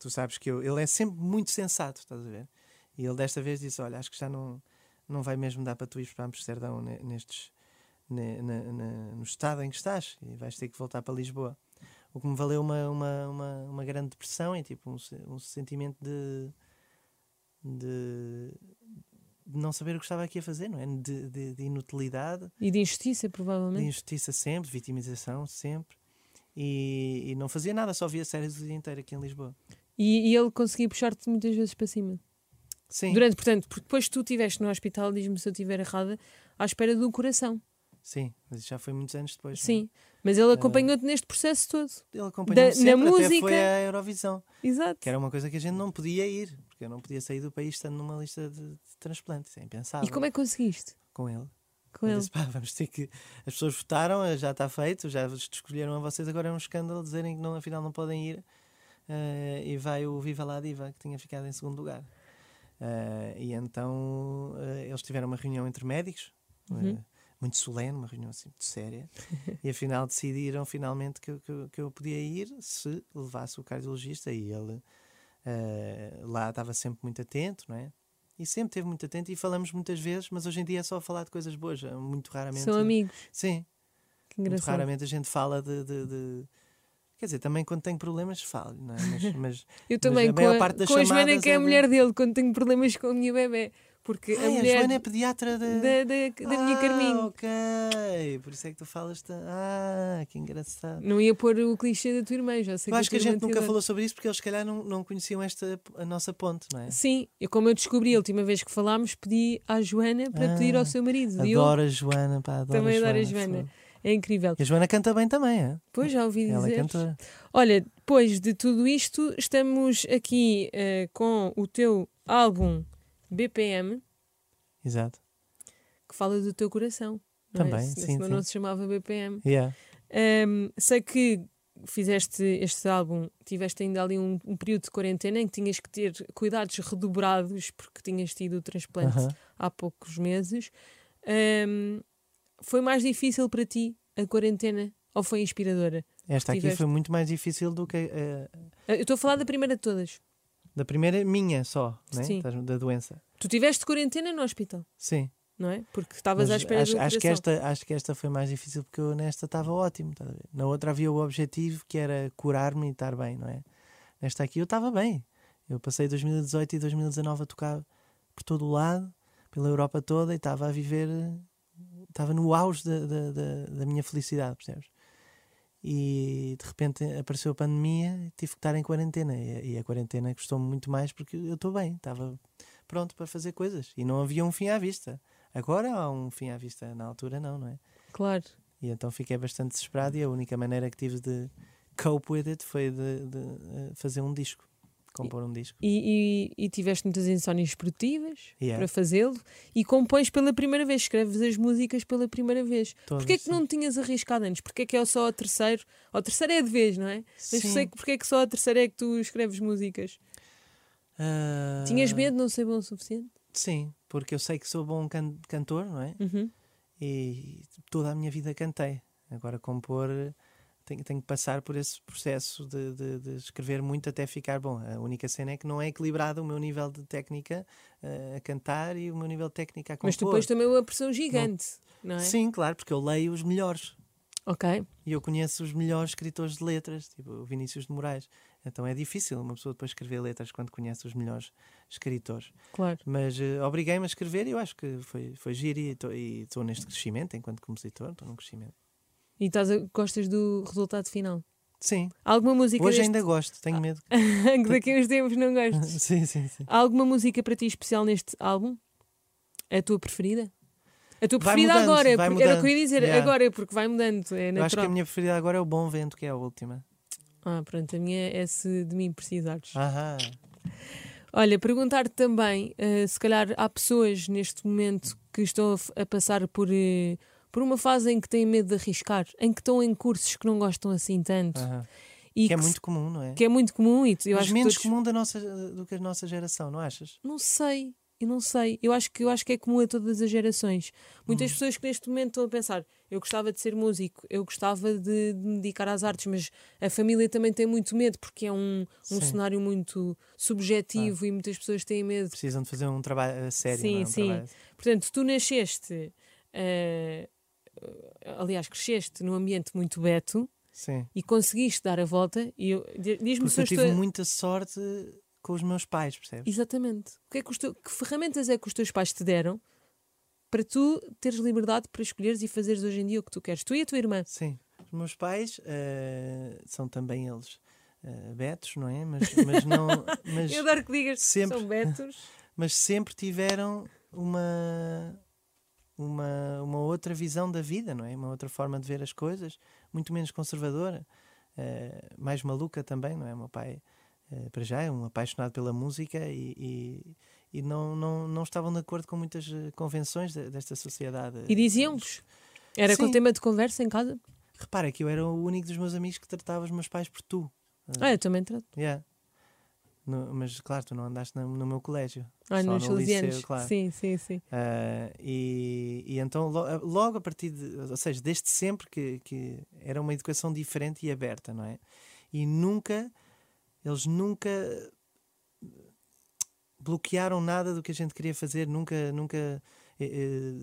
S2: tu sabes que eu... Ele é sempre muito sensato, estás a ver? E ele desta vez disse, olha, acho que já não, não vai mesmo dar para tu ir para Amsterdão ne- nestes... ne- na- na- no estado em que estás e vais ter que voltar para Lisboa o que me valeu uma, uma, uma, uma grande depressão e tipo um, se- um sentimento de, de de não saber o que estava aqui a fazer, não é? De, de, de inutilidade,
S1: E de injustiça,
S2: de
S1: provavelmente.
S2: injustiça sempre, de vitimização sempre. E, e não fazia nada, só via séries o dia inteiro aqui em Lisboa.
S1: E, e ele conseguia puxar-te muitas vezes para cima.
S2: Sim,
S1: Durante, portanto, porque depois tu estiveste no hospital, diz-me se eu estiver errada, à espera do coração.
S2: sim, mas isso já foi muitos anos depois. não é?
S1: Sim. Mas ele acompanhou-te neste processo todo.
S2: Ele acompanhou
S1: Da- na
S2: sempre, até
S1: música-
S2: foi à Eurovisão,
S1: Exato.
S2: que é era uma coisa que a gente não podia ir, porque eu não podia sair do país estando numa lista de, de transplantes, é impensável.
S1: E como é que conseguiste?
S2: Com ele.
S1: Com
S2: Eu
S1: ele.
S2: disse, pá, vamos ter que. As pessoas votaram, eh, já está feito, já vos escolheram a vocês, agora é um escândalo dizerem que não, afinal não podem ir. Eh, e vai o Viva lá Diva, que tinha ficado em segundo lugar. Eh, e então eh, eles tiveram uma reunião entre médicos, eh,
S1: Uhum.
S2: muito solene, uma reunião assim muito séria, e afinal decidiram finalmente que, eu- que, eu- que eu podia ir se levasse o cardiologista e ele eh, lá estava sempre muito atento, não é? E sempre esteve muito atento e falamos muitas vezes, mas hoje em dia é só falar de coisas boas, eh, muito raramente.
S1: São amigos.
S2: Sim,
S1: Que
S2: muito
S1: engraçado.
S2: raramente a gente fala de, de- de- Quer dizer, também quando tenho problemas falo, não é? Mas, mas
S1: Eu também,
S2: a
S1: com
S2: maior
S1: a,
S2: parte das
S1: com a Joana,
S2: chamadas
S1: que é a
S2: é de-
S1: mulher dele, quando tenho problemas com a minha bebê. Porque
S2: Ai,
S1: a
S2: a
S1: mulher
S2: Joana é pediatra da,
S1: da, da, da minha
S2: Ah,
S1: Carminho
S2: Ok, por isso é que tu falas. ta- Ah, que engraçado.
S1: não ia pôr o clichê da tua irmã, já sei
S2: Eu acho que a
S1: tua irmã
S2: gente
S1: te ia
S2: nunca
S1: dar.
S2: falou sobre isso porque eles, se calhar, não, não conheciam esta, a nossa ponte, não é?
S1: Sim, eu, como eu descobri a última vez que falámos, pedi à Joana para
S2: Ah,
S1: pedir ao seu marido. e eu
S2: Adoro a Joana, pá, adoro
S1: também
S2: a Joana.
S1: adoro a Joana.
S2: fogo.
S1: É incrível.
S2: E a Joana canta bem também, é?
S1: Pois já ouvi
S2: Ela é
S1: dizer.
S2: cantora.
S1: Olha, depois de tudo isto, estamos aqui eh, com o teu álbum BPM,
S2: Exato.
S1: que fala do teu coração. não é?
S2: Também,
S1: Se-
S2: sim,
S1: Senão não
S2: sim.
S1: se chamava BPM.
S2: Yeah.
S1: Ahm, sei que fizeste este álbum, tiveste ainda ali um, um período de quarentena em que tinhas que ter cuidados redobrados porque tinhas tido o transplante
S2: Aham.
S1: há poucos meses. Ahm, foi mais difícil para ti a quarentena ou foi inspiradora?
S2: Esta aqui
S1: Tiveste-
S2: foi muito mais difícil do que eh,
S1: Ah, Eu estou a falar da primeira de todas.
S2: da primeira, minha só, né?
S1: Sim.
S2: Estás- da doença.
S1: Tu tiveste quarentena no hospital,
S2: Sim.
S1: não é? Porque estavas à
S2: Mas
S1: espera
S2: acho,
S1: do
S2: acho que
S1: coração.
S2: esta, acho que esta foi mais difícil porque eu nesta estava ótimo. estás a ver? Na outra havia o objetivo que era curar-me e estar bem, não é? Nesta aqui eu estava bem. Eu passei 2018 e 2019 a tocar por todo o lado, pela Europa toda, e estava a viver, eh, estava no auge da, da, da, da minha felicidade, percebes? E de repente apareceu a pandemia e tive que estar em quarentena. E, a- e a quarentena custou-me muito mais porque eu estou bem, estava pronto para fazer coisas e não havia um fim à vista. Agora há um fim à vista, na altura não, não é?
S1: Claro.
S2: E então fiquei bastante desesperado e a única maneira que tive de cope with it foi de, de, eh, fazer um disco, compor um disco.
S1: E, e- e tiveste muitas insónias produtivas
S2: Yeah.
S1: para fazê-lo e compões pela primeira vez, escreves as músicas pela primeira vez.
S2: Todas,
S1: Porquê é que
S2: sim.
S1: não tinhas arriscado antes? Porquê é que é só o terceiro? O terceiro é de vez, não é? Mas
S2: Sim.
S1: sei que porquê é que só a terceira é que tu escreves músicas?
S2: Ah,
S1: Tinhas medo de não ser bom o suficiente?
S2: Sim, porque eu sei que sou bom can- cantor, não é?
S1: Uhum.
S2: E toda a minha vida cantei. Agora compor, eh, tenho, tenho que passar por esse processo de, de- de escrever muito até ficar bom. A única cena é que não é equilibrado o meu nível de técnica eh, a cantar e o meu nível de técnica a compor.
S1: Mas tu pões também uma pressão gigante, não, é?
S2: Sim, claro, porque eu leio os melhores.
S1: Ok.
S2: E eu conheço os melhores escritores de letras, tipo o Vinícius de Moraes. Então é difícil uma pessoa depois escrever letras quando conhece os melhores escritores.
S1: Claro.
S2: Mas eh, obriguei-me a escrever e eu acho que foi, foi giro e tô- e estou neste crescimento enquanto compositor, estou num crescimento.
S1: E estás a- gostas do resultado final?
S2: Sim,
S1: Alguma música
S2: hoje
S1: deste-
S2: ainda gosto, tenho medo.
S1: Ah. que daqui a uns tempos não gostes?
S2: sim, sim, sim.
S1: Há alguma música para ti especial neste álbum? A tua preferida? A tua
S2: Vai
S1: preferida
S2: mudando,
S1: agora,
S2: vai
S1: porque era o que eu ia
S2: mudando,
S1: dizer,
S2: yeah.
S1: agora, porque vai mudando, é
S2: Eu acho que
S1: natural.
S2: a minha preferida agora é o Bom Vento, que é a última.
S1: Ah, pronto, a minha é se de mim precisares.
S2: Aham.
S1: Olha, perguntar-te também, eh, se calhar há pessoas neste momento que estão a f- a, passar por, eh, por uma fase em que têm medo de arriscar, em que estão em cursos que não gostam assim tanto.
S2: aham.
S1: E
S2: Que é
S1: se-
S2: muito comum, não é?
S1: que é muito comum e tu- eu
S2: Mas
S1: acho
S2: menos
S1: que todos-
S2: comum da nossa, do que a nossa geração, não achas?
S1: Não sei, eu não sei. Eu acho que, eu acho que é comum a todas as gerações. Muitas
S2: Hum.
S1: pessoas que neste momento estão a pensar: eu gostava de ser músico, eu gostava de, de me dedicar às artes, mas a família também tem muito medo porque é um, um
S2: Sim.
S1: cenário muito subjetivo e muitas pessoas têm medo.
S2: Precisam de fazer um trabalho a sério.
S1: Sim,
S2: não é? Um
S1: sim.
S2: trabalho-
S1: Portanto, tu nasceste, eh, aliás, cresceste num ambiente muito beto
S2: sim.
S1: e conseguiste dar a volta. E eu- di- diz-me
S2: Porque
S1: se
S2: eu
S1: eu
S2: tive
S1: estou.
S2: muita sorte com os meus pais, percebes?
S1: Exatamente. O que, é que, os teu- que ferramentas é que os teus pais te deram para tu teres liberdade para escolheres e fazeres hoje em dia o que tu queres? Tu e a tua irmã.
S2: Sim. Os meus pais eh, são também eles eh, betos, não é? Mas, mas não. Mas,
S1: Eu adoro que digas
S2: Sempre.
S1: são betos.
S2: mas sempre tiveram uma, uma, uma outra visão da vida, não é? Uma outra forma de ver as coisas, muito menos conservadora, eh, mais maluca também, não é? O meu pai, eh, para já, é um apaixonado pela música e, e, e não, não, não estavam de acordo com muitas eh, convenções de- desta sociedade.
S1: E diziam-vos. Era com
S2: Sim.
S1: tema de conversa em casa?
S2: Repara que eu era o único dos meus amigos que tratava os meus pais por tu.
S1: Ah, eu também trato.
S2: Yeah. No- mas claro, tu não andaste na- no meu colégio.
S1: Ah,
S2: só
S1: nos
S2: no
S1: salesianos.
S2: liceu, claro.
S1: Sim, sim, sim.
S2: Ah, e, e então, lo- logo a partir de. Ou seja, desde sempre que, que era uma educação diferente e aberta, não é? E nunca. Eles nunca bloquearam nada do que a gente queria fazer, nunca. nunca eh,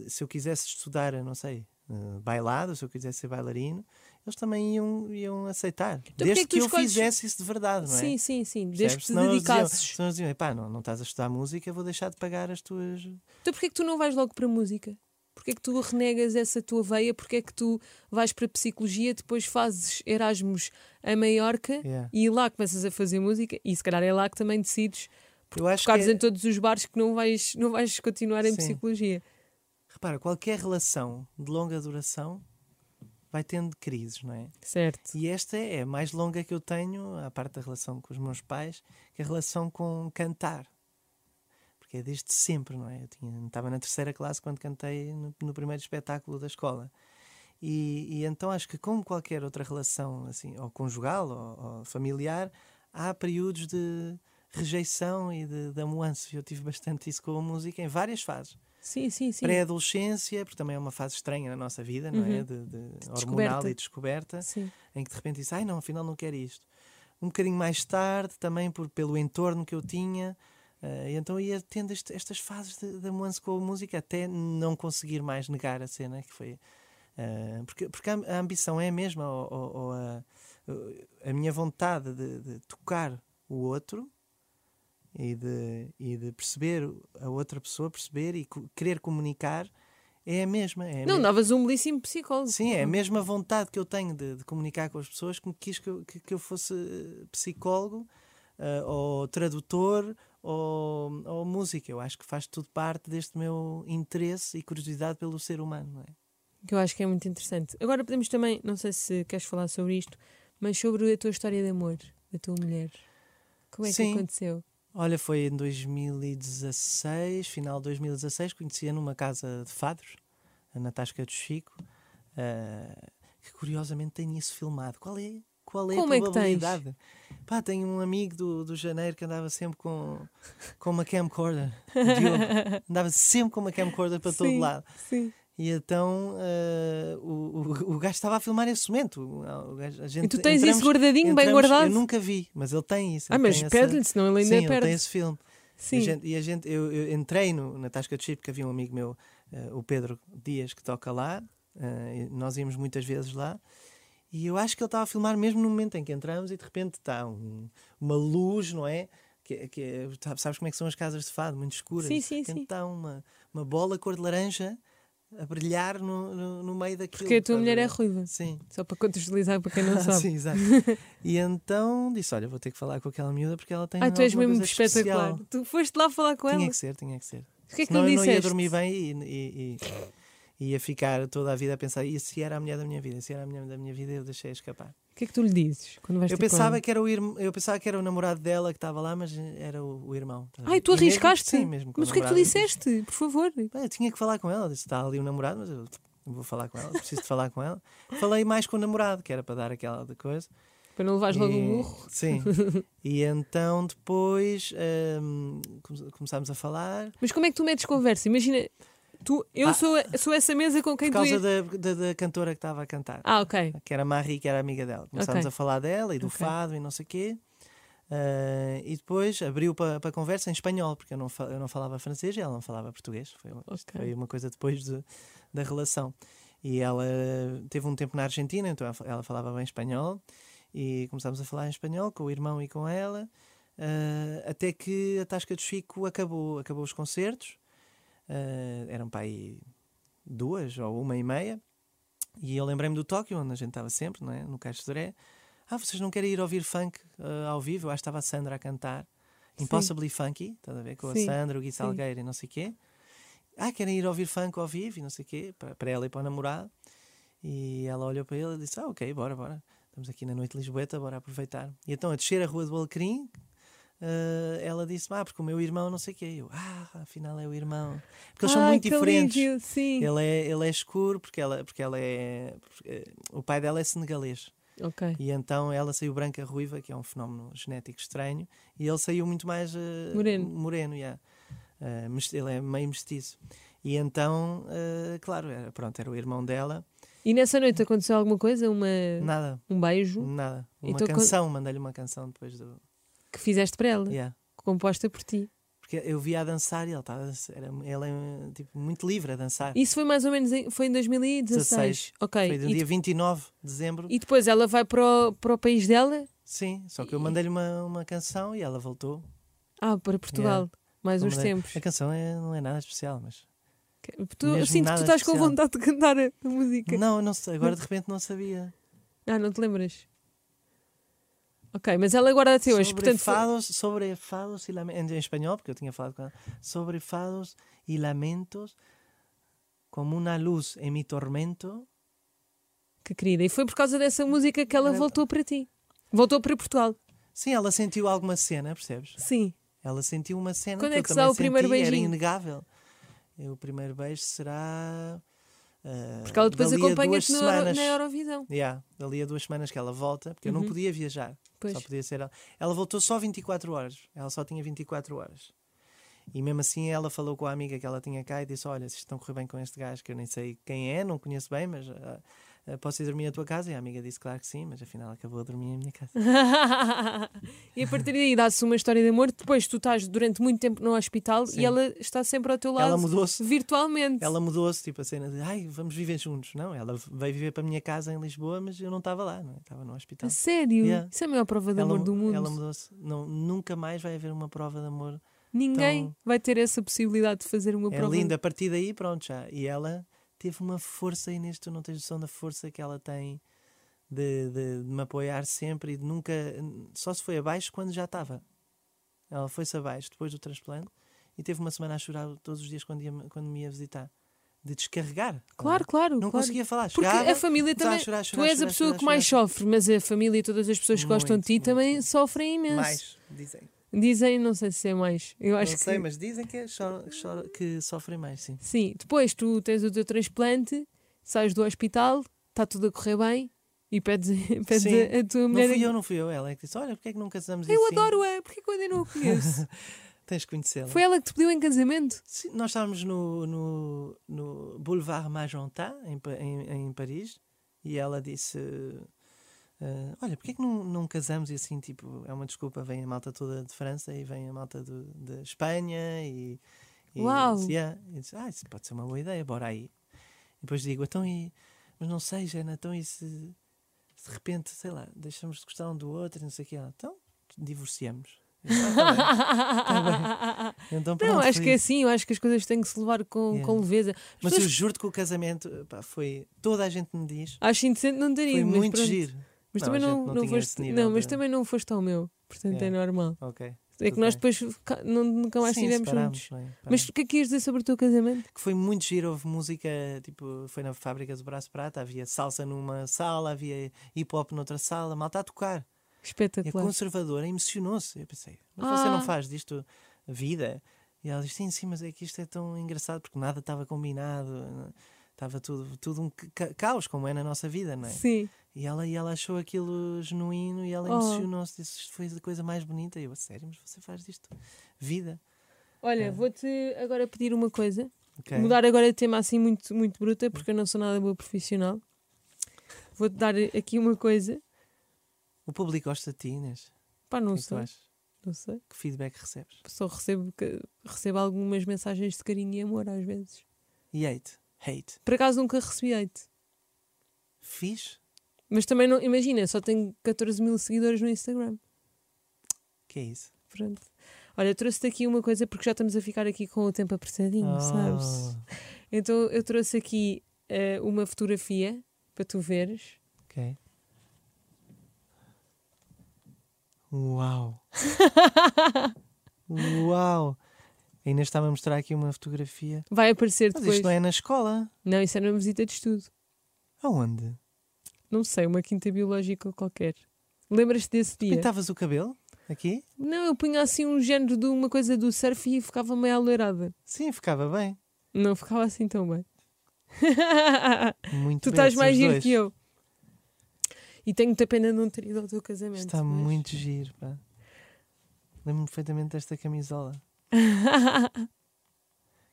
S2: eh, se eu quisesse estudar, eu não sei, eh, bailado, se eu quisesse ser bailarino, eles também iam, iam aceitar.
S1: que
S2: desde
S1: é que
S2: que,
S1: tu
S2: eu
S1: escolhes-
S2: fizesse isso de verdade, não é?
S1: Sim, sim, sim.
S2: Percebes?
S1: Desde que te
S2: Senão eles diziam-
S1: dedicasses.
S2: senão eles diziam, pá, não, não estás a estudar música, vou deixar de pagar as tuas.
S1: Então porquê é que tu não vais logo para a música? Porquê é que tu renegas essa tua veia? Porquê é que tu vais para a psicologia, depois fazes Erasmus a Maiorca
S2: Yeah.
S1: e lá começas a fazer música e se calhar é lá que também decides
S2: Eu acho que
S1: tocares
S2: é-
S1: em todos os bares que não vais, não vais continuar em
S2: Sim.
S1: psicologia.
S2: Repara, qualquer relação de longa duração vai tendo crises, não é?
S1: Certo.
S2: E esta é a mais longa que eu tenho, à parte da relação com os meus pais, que é a relação com cantar. Porque é desde sempre, não é? Eu tinha, estava na terceira classe quando cantei no, no primeiro espetáculo da escola. E, e então acho que, como qualquer outra relação, assim, ou conjugal ou, ou familiar, há períodos de rejeição e de, de amuanço. Eu tive bastante isso com a música em várias fases
S1: Sim, sim, sim.
S2: pré-adolescência, porque também é uma fase estranha na nossa vida, não é? De, de hormonal
S1: descoberta.
S2: e descoberta,
S1: Sim.
S2: em que de repente disse, ai não, afinal não quero isto. Um bocadinho mais tarde, também por, pelo entorno que eu tinha, eh, e então ia tendo este- estas fases de, de amance com a música até não conseguir mais negar a cena, que foi. eh, porque porque a, a ambição é a mesma, ou, ou- ou a, a minha vontade de, de tocar o outro e de, e de perceber a outra pessoa, perceber e co- querer comunicar é a mesma. É a
S1: Não,
S2: me-
S1: davas um belíssimo psicólogo.
S2: Sim, é a mesma vontade que eu tenho de, de comunicar com as pessoas que me quis que eu, que, que eu fosse eh, psicólogo eh, ou tradutor ou, ou música. Eu acho que faz tudo parte deste meu interesse e curiosidade pelo ser humano, não é?
S1: Que eu acho que é muito interessante. Agora podemos também, não sei se queres falar sobre isto, mas sobre a tua história de amor, da tua mulher. Como é
S2: Sim.
S1: que aconteceu?
S2: Olha, foi em 2016, final de 2016, conhecia numa casa de fados, na Tasca do Chico, eh, que curiosamente tem isso filmado. Qual é, qual é
S1: Como é
S2: a
S1: que tens?
S2: probabilidade? Pá, tenho um amigo do, do Janeiro que andava sempre com, com uma camcorder. o Diogo. andava sempre com uma camcorder para
S1: Sim.
S2: todo lado.
S1: Sim.
S2: E então eh, o, o, o gajo estava a filmar esse momento. O, o gajo- a gente,
S1: E tu tens isso
S2: entramos-
S1: guardadinho, bem
S2: entramos-
S1: guardado?
S2: Eu nunca vi, mas ele tem isso.
S1: Ah,
S2: ele
S1: mas
S2: tem essa-
S1: pede-lhe, senão ele ainda é
S2: Sim, ele
S1: perde.
S2: tem esse filme.
S1: Sim.
S2: E a gente, e a gente- eu, eu entrei no, na Tasca de Chip, que havia um amigo meu, eh, o Pedro Dias, que toca lá. eh, e nós íamos muitas vezes lá. E eu acho que ele estava a filmar mesmo no momento em que entramos e de repente está um- uma luz, não é? Que, é- que é- sabe- sabes como é que são as casas de fado, muito escuras.
S1: Sim,
S2: e
S1: sim,
S2: de repente
S1: sim.
S2: está uma, uma bola cor de laranja a brilhar no, no, no meio daquilo.
S1: Porque a tua
S2: estás
S1: mulher é
S2: ver?
S1: ruiva.
S2: Sim.
S1: Só para contextualizar para quem não
S2: Ah,
S1: sabe.
S2: Sim, exato. E então disse: Olha, vou ter que falar com aquela miúda porque ela tem.
S1: Ah, tu és
S2: alguma
S1: mesmo
S2: coisa especial."
S1: espetacular. Tu foste lá falar com
S2: Tinha
S1: ela.
S2: que ser, tinha que ser.
S1: O que é que
S2: Senão
S1: lhe
S2: eu não ia
S1: disseste?
S2: dormir bem e, e- e- e ia ficar toda a vida a pensar: e se era a mulher da minha vida? Se era a mulher da minha vida, eu deixei escapar.
S1: O que é que tu lhe dizes tipo, quando vais
S2: Eu
S1: ter com
S2: pensava,
S1: ela?
S2: que era o irm- eu pensava que era o namorado dela que estava lá, mas era o, o irmão. estás a
S1: Ai,
S2: ver?
S1: tu
S2: E mesmo-
S1: arriscaste?
S2: sim, mesmo com
S1: Mas o que é que tu
S2: namorado.
S1: disseste? Por favor.
S2: Bem, eu tinha que falar com ela. Disse: está ali o namorado, mas eu vou falar com ela, preciso de falar com ela. Falei mais com o namorado, que era para dar aquela de coisa.
S1: Para não levares logo
S2: E-
S1: um burro.
S2: Sim. e então depois hum, come- começámos a falar.
S1: Mas como é que tu metes conversa? Imagina, tu, eu
S2: Ah.
S1: sou, a- sou essa mesa com quem
S2: Por
S1: tu
S2: causa
S1: ias.
S2: da, da, da cantora que estava a cantar,
S1: Ah, ok.
S2: que era a Marie, que era amiga dela. Começámos
S1: Ok.
S2: a falar dela e do
S1: Ok.
S2: fado e não sei o quê. Ah, e depois abriu para a conversa em espanhol, porque eu não, fa- eu não falava francês e ela não falava português. Foi, isto
S1: Ok.
S2: foi uma coisa depois de- da relação. E ela teve um tempo na Argentina, então ela fa- ela falava bem espanhol. E começámos a falar em espanhol com o irmão e com ela. ah, até que a Tasca do Chico acabou, acabou os concertos. Ah, eram para aí duas ou uma e meia. E eu lembrei-me do Tóquio, onde a gente estava sempre, não é? no Caixo de Dré. Ah, vocês não querem ir ouvir funk ah, ao vivo? Eu acho que estava a Sandra a cantar.
S1: Sim.
S2: Impossibly Funky, estás a ver? Com
S1: Sim,
S2: a Sandra, o Gui
S1: sim.
S2: Salgueiro e não sei o quê. Ah, querem ir ouvir funk ao vivo e não sei o quê, para, para ela e para o namorado. E ela olhou para ele e disse: Ah, ok, bora, bora. Estamos aqui na noite Lisboeta, bora aproveitar. E então, a descer a rua do Alecrim, ah, ela disse: Ah, porque o meu irmão não sei o quê. Eu, ah, afinal é o irmão. Porque eles são
S1: Ai,
S2: muito
S1: que
S2: diferentes.
S1: alívio, Sim.
S2: Ele é, ele é escuro porque ela, porque ela é. porque, eh, o pai dela é senegalês.
S1: Ok.
S2: E então ela saiu branca ruiva, que é um fenómeno genético estranho, e ele saiu muito mais. eh,
S1: Moreno.
S2: Moreno, yeah. Eh, mes- ele é meio mestiço. E então, eh, claro, era, pronto, era o irmão dela.
S1: E nessa noite aconteceu alguma coisa? Uma,
S2: Nada,
S1: um beijo
S2: nada. Uma
S1: Então, quando-
S2: canção, mandei-lhe uma canção depois do.
S1: que fizeste para ela,
S2: Yeah.
S1: composta por ti.
S2: Porque Porque eu via a dançar e ele estava a dançar. Era, ele é tipo, muito livre a dançar.
S1: Isso foi mais ou menos em, foi em 2016.
S2: 16.
S1: Ok.
S2: Foi do
S1: e,
S2: dia 29 de dezembro.
S1: e depois ela vai para o, para o país dela?
S2: Sim, só que eu mandei-lhe uma, uma canção e ela voltou.
S1: Ah, para Portugal. Mais
S2: Eu
S1: uns
S2: mandei-
S1: tempos.
S2: A canção é- não é nada especial, mas.
S1: Que- Tu,
S2: mesmo
S1: sinto que
S2: nada
S1: tu estás com
S2: especial.
S1: vontade de cantar a a música.
S2: Não, eu não sei. Agora de repente não sabia.
S1: Ah, não te lembras? Ok, mas ela guarda até hoje.
S2: sobre
S1: Portanto, foi-
S2: fados, sobre fados e lamentos. Em espanhol, porque eu tinha falado com ela. Sobre fados e lamentos, como uma luz em mi tormento.
S1: que querida. E foi por causa dessa música que ela
S2: Lembra-
S1: voltou para ti. Voltou para Portugal.
S2: Sim, ela sentiu alguma cena, percebes?
S1: Sim.
S2: Ela sentiu uma cena
S1: Quando
S2: que
S1: é
S2: eu
S1: que se
S2: também
S1: dá o primeiro
S2: senti,
S1: beijinho?
S2: Era inegável. E o primeiro beijo será. ah,
S1: Porque ela depois
S2: dali a
S1: acompanha-te
S2: duas
S1: no Euro-
S2: semanas.
S1: na Uhum. Eurovisão.
S2: Yeah, dali a duas semanas que ela volta, porque eu não podia viajar.
S1: Pois.
S2: Só podia ser ela. Ela voltou só 24 horas. Ela só tinha 24 horas. E mesmo assim ela falou com a amiga que ela tinha cá e disse: Olha, se isto não correr bem com este gajo, que eu nem sei quem é, não conheço bem, mas ah, ah, posso ir dormir à tua casa? E a amiga disse: Claro que sim, mas afinal acabou a dormir na minha casa.
S1: e a partir daí dá-se uma história de amor. Depois tu estás durante muito tempo no hospital
S2: Sim.
S1: e ela está sempre ao teu lado
S2: Ela mudou-se.
S1: virtualmente.
S2: Ela mudou-se, tipo a cena de ai, vamos viver juntos. Não, ela veio viver para a minha casa em Lisboa, mas eu não estava lá, não é? estava no hospital.
S1: A sério?
S2: Yeah.
S1: Isso é a maior prova de
S2: ela,
S1: amor do mundo.
S2: ela mudou-se. Não, nunca mais vai haver uma prova de amor.
S1: Ninguém
S2: Então-
S1: vai ter essa possibilidade de fazer uma
S2: é
S1: prova.
S2: linda, a partir daí, pronto já. E ela teve uma força, Inês, tu não tens noção da força que ela tem de, de- de me apoiar sempre e de nunca. Só se foi abaixo quando já estava. Ela foi-se abaixo depois do transplante e teve uma semana a chorar todos os dias quando, ia- quando me ia visitar. De descarregar.
S1: Claro, claro.
S2: Não
S1: claro.
S2: conseguia falar.
S1: Porque é
S2: Chegava,
S1: a família
S2: começava a
S1: também.
S2: chorar,
S1: tu
S2: chorar,
S1: és a
S2: chorar,
S1: pessoa
S2: chorar,
S1: que mais
S2: chorar.
S1: sofre, mas a família e todas as pessoas que gostam de ti
S2: Muito,
S1: também
S2: muito.
S1: sofrem imenso.
S2: Mais, dizem.
S1: Dizem, não sei se é mais. Eu acho
S2: não
S1: que
S2: sei, mas dizem que, choram- que choram- que sofrem mais, sim.
S1: Sim, depois tu tens o teu transplante, sais do hospital, está tudo a correr bem e pedes, pedes
S2: Sim.
S1: a, a tua
S2: Não
S1: mulher.
S2: fui eu, não fui eu. Ela é que disse: Olha, porque é que não casamos
S1: Eu
S2: assim?
S1: adoro-a, porque eu ainda não a conheço.
S2: Tens de conhecê-la.
S1: Foi ela que te pediu em casamento?
S2: Sim, Nós estávamos no, no, no Boulevard Magenta, em, Pa- em, em Paris, e ela disse: eh, Olha, porque é que não, não casamos? E assim, tipo, é uma desculpa. Vem a malta toda de França e vem a malta do, de Espanha. E, e
S1: Uau!
S2: eu disse, "Yeah." E disse: Ah, isso pode ser uma boa ideia, bora aí. E depois digo: Então, e, mas não sei, Jana, então e se, se de repente, sei lá, deixamos de gostar um do outro e não sei o que? Ela, então, divorciamos. Eu, "Ah, tá bem." Então,
S1: não,
S2: pronto,
S1: acho
S2: foi
S1: que é
S2: isso.
S1: assim, eu acho que as coisas têm que se levar com,
S2: Yeah.
S1: com leveza. As
S2: Mas
S1: pessoas
S2: eu juro-te que o casamento pá, foi. Toda a gente me diz.
S1: Acho indecente não ter
S2: Foi
S1: ido, mas
S2: muito
S1: pronto.
S2: giro.
S1: Mas
S2: Não,
S1: também
S2: a gente
S1: não,
S2: não
S1: não
S2: tinha
S1: foste,
S2: esse nível
S1: não, mas
S2: de-
S1: também não foste ao meu, portanto é,
S2: É.
S1: normal.
S2: Ok.
S1: É que
S2: tudo
S1: nós
S2: bem.
S1: depois fica- não- nunca mais
S2: Sim,
S1: estivemos
S2: separámos,
S1: juntos.
S2: não é?
S1: Mas
S2: Separámos.
S1: o que é que ias dizer sobre o teu casamento?
S2: Que foi muito giro. Houve música, tipo, foi na fábrica do Braço Prata. Havia salsa numa sala, havia hip hop noutra sala. Mal está a tocar. E a
S1: Espetacular.
S2: conservadora emocionou-se. Eu pensei, mas você
S1: Ah.
S2: não faz disto vida? E ela disse, sim, sim, mas é que isto é tão engraçado porque nada estava combinado. Estava tudo, tudo um ca- caos, como é na nossa vida, não é?
S1: Sim.
S2: E ela, e ela achou aquilo genuíno e ela
S1: Oh.
S2: emocionou-se. Disse isto foi a coisa mais bonita. E eu, a sério, mas você faz disto? Vida.
S1: Olha,
S2: É.
S1: vou-te agora pedir uma coisa.
S2: Ok.
S1: Mudar agora de tema assim muito, muito bruta, porque eu não sou nada boa profissional. Vou-te dar aqui uma coisa.
S2: O público gosta de ti, Inês.
S1: Pá, não
S2: O que é que tu
S1: sei.
S2: achas?
S1: Não sei.
S2: Que feedback recebes?
S1: Só recebo, que- recebo algumas mensagens de carinho e amor às vezes.
S2: E hate? Hate.
S1: Por acaso nunca recebi hate.
S2: Fiz?
S1: Mas também não. Imagina, só tenho 14 mil seguidores no Instagram.
S2: Que é isso?
S1: Pronto. Olha, trouxe-te aqui uma coisa porque já estamos a ficar aqui com o tempo apertadinho,
S2: Oh.
S1: sabes? Então eu trouxe aqui eh, uma fotografia para tu veres.
S2: Ok. Uau! Uau! A Inês está-me a mostrar aqui uma fotografia.
S1: Vai aparecer
S2: Mas
S1: depois.
S2: isto não é na escola.
S1: Não, isso era uma visita de estudo.
S2: Aonde?
S1: Não sei, uma quinta biológica qualquer. Lembras-te desse dia?
S2: Pintavas o cabelo? Aqui?
S1: Não, eu punha assim um género de uma coisa do surf e ficava meio alourada.
S2: Sim, ficava bem.
S1: Não ficava assim tão bem.
S2: Muito
S1: tu
S2: bem,
S1: estás
S2: esses
S1: mais giro
S2: dois.
S1: que eu. E tenho muita pena de não ter ido ao teu casamento.
S2: Está
S1: mas-
S2: muito giro, pá. Lembro-me perfeitamente desta camisola.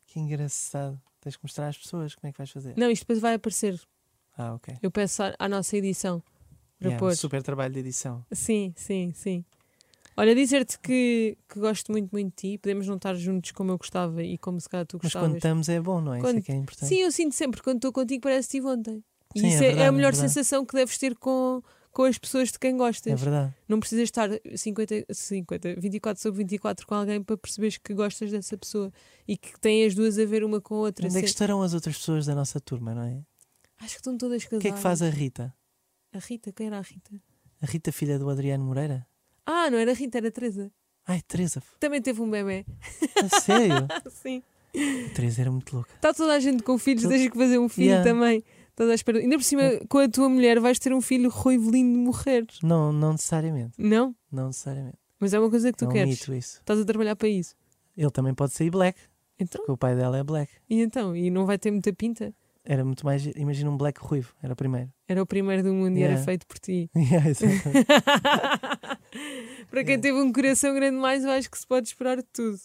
S2: Que engraçado. Tens que mostrar às pessoas como é que vais fazer.
S1: Não, isto depois vai aparecer.
S2: Ah, ok.
S1: Eu peço à, à nossa edição para
S2: Yeah, um
S1: pôr.
S2: super trabalho de edição.
S1: Sim, sim, sim. Olha, dizer-te que, que gosto muito, muito de ti. Podemos não estar juntos como eu gostava e como se calhar tu
S2: Mas
S1: gostavas.
S2: quando estamos é bom, não é? Isso
S1: Quando-
S2: é que é importante.
S1: Sim, eu sinto sempre, quando estou contigo, parece que estive ontem. E
S2: Sim, é
S1: isso é, é
S2: verdade,
S1: a
S2: é
S1: melhor
S2: verdade.
S1: sensação que deves ter com, com as pessoas de quem gostas.
S2: É verdade.
S1: Não precisas estar 50, 50, 24 sobre 24 com alguém para perceberes que gostas dessa pessoa e que têm as duas a ver uma com a outra.
S2: Onde é que
S1: Sim.
S2: estarão as outras pessoas da nossa turma, não é?
S1: Acho que estão todas
S2: O
S1: casadas.
S2: que é que faz a Rita?
S1: A Rita, quem era a Rita?
S2: A Rita, filha do Adriano Moreira?
S1: Ah, não era a Rita, era a Teresa.
S2: Ai, Teresa,
S1: Também teve um bebê.
S2: a sério?
S1: Sim.
S2: A Teresa era muito louca.
S1: Está Tá toda a gente com filhos,
S2: Tu-
S1: tens que fazer um filho
S2: Yeah.
S1: também. Estás à espera. Ainda por cima, com a tua mulher, vais ter um filho ruivo lindo de morrer.
S2: Não, não necessariamente.
S1: Não?
S2: Não necessariamente.
S1: Mas é uma coisa que tu
S2: é um
S1: queres.
S2: mito isso.
S1: Estás a trabalhar para isso.
S2: Ele também pode sair black,
S1: Então?
S2: porque o pai dela é black.
S1: E então? E não vai ter muita pinta?
S2: Era muito mais. Imagina um black ruivo, era o primeiro.
S1: Era o primeiro do mundo e era
S2: Yeah.
S1: feito por ti.
S2: Yeah, exatamente.
S1: Para quem teve um coração grande mais, eu acho que se pode esperar de tudo.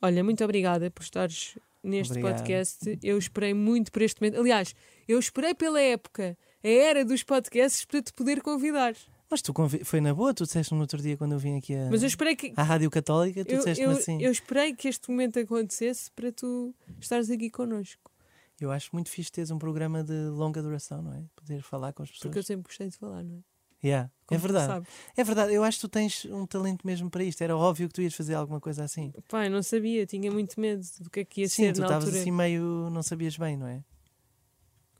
S1: Olha, muito obrigada por estares neste
S2: Obrigado.
S1: podcast. Eu esperei muito por este momento. Aliás, eu esperei pela época, a era dos podcasts, para te poder convidar.
S2: Mas tu convi- foi na boa, tu disseste no outro dia quando eu vim aqui a-
S1: Mas eu esperei que.
S2: à Rádio Católica, Ah. tu
S1: Eu, eu,
S2: disseste-me assim.
S1: eu esperei que este momento acontecesse para tu estares aqui connosco.
S2: Eu acho muito fixe teres um programa de longa duração, não é? Poder falar com as pessoas.
S1: Porque eu sempre gostei de falar, não é?
S2: Yeah, É
S1: Como tu
S2: verdade.
S1: sabes.
S2: É verdade, eu acho que tu tens um talento mesmo para isto. Era óbvio que tu ias fazer alguma coisa assim.
S1: Pai, não sabia, tinha muito medo do que é que ia
S2: Sim,
S1: ser
S2: tu
S1: na
S2: estavas
S1: altura.
S2: assim meio. não sabias bem, não é?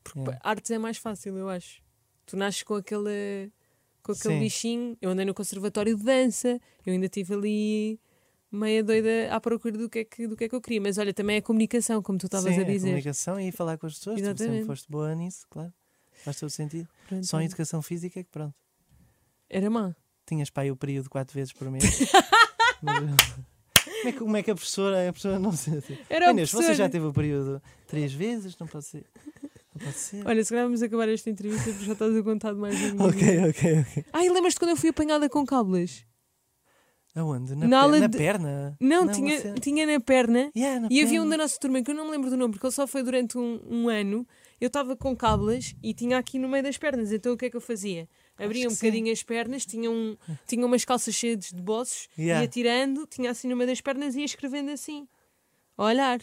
S1: Porque
S2: Yeah.
S1: pá, artes é mais fácil, eu acho. Tu nasces com aquele, com aquele
S2: Sim.
S1: bichinho. Eu andei no conservatório de dança, eu ainda estive ali meia doida à procura do que, é que, do que é que eu queria. Mas olha, também é a comunicação, como tu estavas
S2: Sim, é
S1: a dizer.
S2: comunicação e falar com as pessoas. Tu
S1: Exatamente.
S2: sempre foste boa nisso, claro. Faz todo sentido.
S1: Pronto,
S2: Só em
S1: olha.
S2: educação física é que pronto.
S1: Era má.
S2: Tinhas pai o período quatro vezes por mês. Mas, como, é que, como é que a professora, a professora não se.
S1: Era o
S2: Inês, você já
S1: professor.
S2: teve o período três vezes? Não pode ser. Não pode ser.
S1: Olha, se calhar vamos acabar esta entrevista porque já estás a contar demais. um
S2: Ok, ok, ok.
S1: Ah, e lembras-te quando eu fui apanhada com cábulas?
S2: Aonde? Na,
S1: Na
S2: pe-
S1: aula
S2: na
S1: de-
S2: perna?
S1: Não,
S2: uma
S1: tinha,
S2: cena-
S1: tinha na perna.
S2: Yeah, na
S1: E havia um
S2: perna.
S1: da nossa turma que eu não me lembro do nome, porque ele só foi durante um, um ano. Eu estava com cábulas e tinha aqui no meio das pernas. Então o que é que eu fazia? Abria
S2: que
S1: um bocadinho as pernas, tinha, um, tinha umas calças cheias de bolsos,
S2: Yeah.
S1: ia tirando, tinha assim no meio das pernas e ia escrevendo assim. A olhar.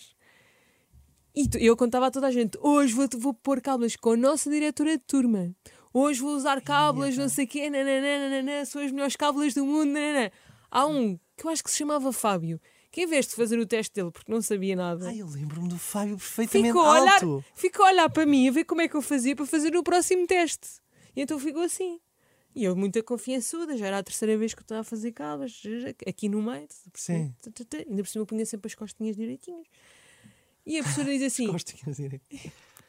S1: E tu- eu contava a toda a gente: hoje vou, vou pôr cábulas com a nossa diretora de turma. Hoje vou usar cábulas, não sei o quê, né, nananã, nananã, são as melhores cábulas do mundo. Nananã. Há um que eu acho que se chamava Fábio, que em vez de fazer o teste dele, porque não sabia nada,
S2: Ai, eu lembro-me do Fábio perfeitamente
S1: ficou a, olhar,
S2: alto.
S1: ficou a olhar para mim a ver como é que eu fazia para fazer o próximo teste. E então ficou assim. E eu, muita confiançuda, já era a terceira vez que eu estava a fazer cábulas, aqui no meio.
S2: Sim.
S1: Tu, tu, tu. Ainda por cima eu punha sempre as costinhas direitinhas. E a professora diz assim:
S2: Costinhas direitas.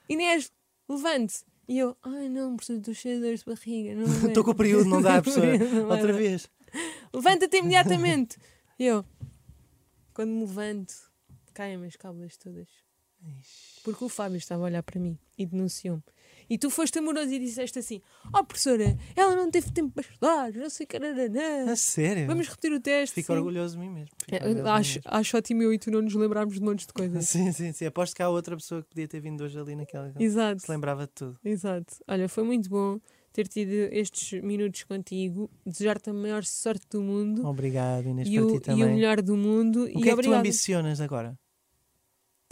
S1: Inês, levante. E eu, ai não, professor, estou cheia de dores de barriga. não aguento."
S2: Estou com o período, não dá, professora.
S1: Não
S2: Outra
S1: dá.
S2: vez.
S1: Levanta-te imediatamente. E eu, quando me levanto, caem as cábulas todas. Porque o Fábio estava a olhar para mim e denunciou-me. E tu foste amoroso e disseste assim: Oh, professora, ela não teve tempo para estudar, não sei o que. nananã.
S2: A É sério?
S1: Vamos repetir o teste.
S2: Fico
S1: sim."
S2: orgulhoso de mim mesmo. Fico
S1: É,
S2: orgulhoso de mim
S1: acho, acho ótimo eu e tu não nos lembrarmos de montes de
S2: mesmo.
S1: coisas.
S2: Sim, sim, sim. Aposto que há outra pessoa que podia ter vindo hoje ali naquela.
S1: Exato.
S2: Se lembrava de tudo.
S1: Exato. Olha, foi muito bom ter tido estes minutos contigo. Desejar-te a maior sorte do mundo
S2: Obrigado, Oh, Inês,
S1: e
S2: para
S1: o,
S2: ti também.
S1: e o melhor do mundo.
S2: O
S1: e
S2: que é que tu
S1: obrigada.
S2: ambicionas agora?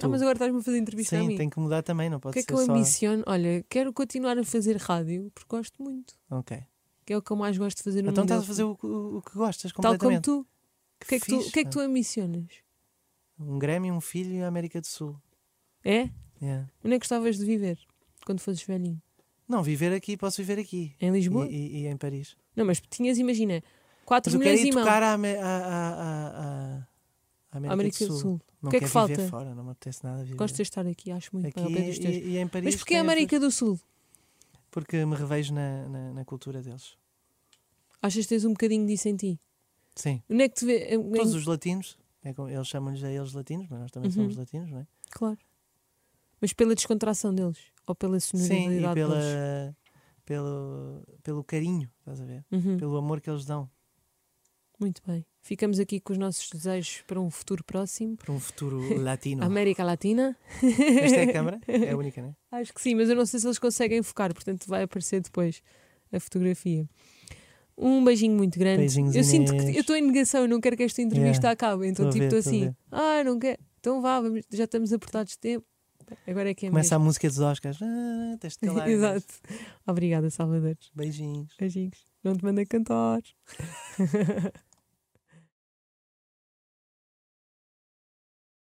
S1: Ah, mas agora estás-me a fazer entrevista a
S2: Sim,
S1: mim.
S2: tem que mudar também, não
S1: O
S2: pode
S1: que é
S2: ser
S1: que eu
S2: só.
S1: ambiciono? Olha, quero continuar a fazer rádio porque gosto muito.
S2: Ok.
S1: Que é o que eu mais gosto de fazer no
S2: Então
S1: mundo.
S2: estás a fazer o, que- o que gostas
S1: Tal como
S2: completamente.
S1: tu. O que, é que tu
S2: fixe,
S1: o que é que
S2: pá.
S1: tu ambicionas?
S2: Um Grêmio, um filho e a América do Sul.
S1: É?
S2: Yeah.
S1: Onde é que gostavas de viver quando fosses velhinho?
S2: Não, viver aqui, posso viver aqui.
S1: Em
S2: E,
S1: Lisboa?
S2: e- e em Paris.
S1: Não, mas tinhas, imagina,
S2: Mas
S1: quatro
S2: eu quero
S1: mulheres
S2: ir
S1: e mão.
S2: tocar à Amé- à- à- à- à- à América,
S1: América do Sul.
S2: Não
S1: O que é que
S2: quero
S1: falta?
S2: viver fora, não me apetece nada viver.
S1: Gosto de estar aqui, acho muito
S2: aqui
S1: bem ao pé dos teus.
S2: e, e em Paris.
S1: Mas porquê a
S2: tem as duas-
S1: América do Sul?
S2: Porque me revejo na, na, na cultura deles.
S1: Achas que tens um bocadinho disso em ti?
S2: Sim.
S1: Onde é que te vê? em-
S2: Todos
S1: em-
S2: os latinos, é como- eles chamam-lhes a eles latinos, mas nós também
S1: Uhum.
S2: somos latinos, não é?
S1: Claro. Mas pela descontração deles? Ou pela
S2: Sim, e
S1: sonoridade
S2: pela,
S1: deles?
S2: pelo, pelo carinho, estás a ver?
S1: Uhum,
S2: Pelo amor que eles dão
S1: Muito bem. Ficamos aqui com os nossos desejos para um futuro próximo.
S2: para um futuro latino.
S1: América Latina?
S2: Esta é a câmara, é a única, não é?
S1: Acho que sim, mas eu não sei se eles conseguem focar, portanto vai aparecer depois a fotografia. Um beijinho muito grande.
S2: Beijinhos,
S1: eu sinto
S2: Inês.
S1: que eu estou em negação, eu não quero que esta entrevista
S2: Yeah.
S1: acabe. Então,
S2: Tô a
S1: tipo,
S2: ver,
S1: estou
S2: tô a
S1: assim,
S2: ver.
S1: ah, não quero. Então vá, vamos- já estamos apertados de tempo. Agora é que é
S2: Começa a música dos Oscars. Ah, tens de
S1: mesmo.
S2: calar. Inês.
S1: Exato. Obrigada, Salvador.
S2: Beijinhos.
S1: Beijinhos. Não te manda cantar.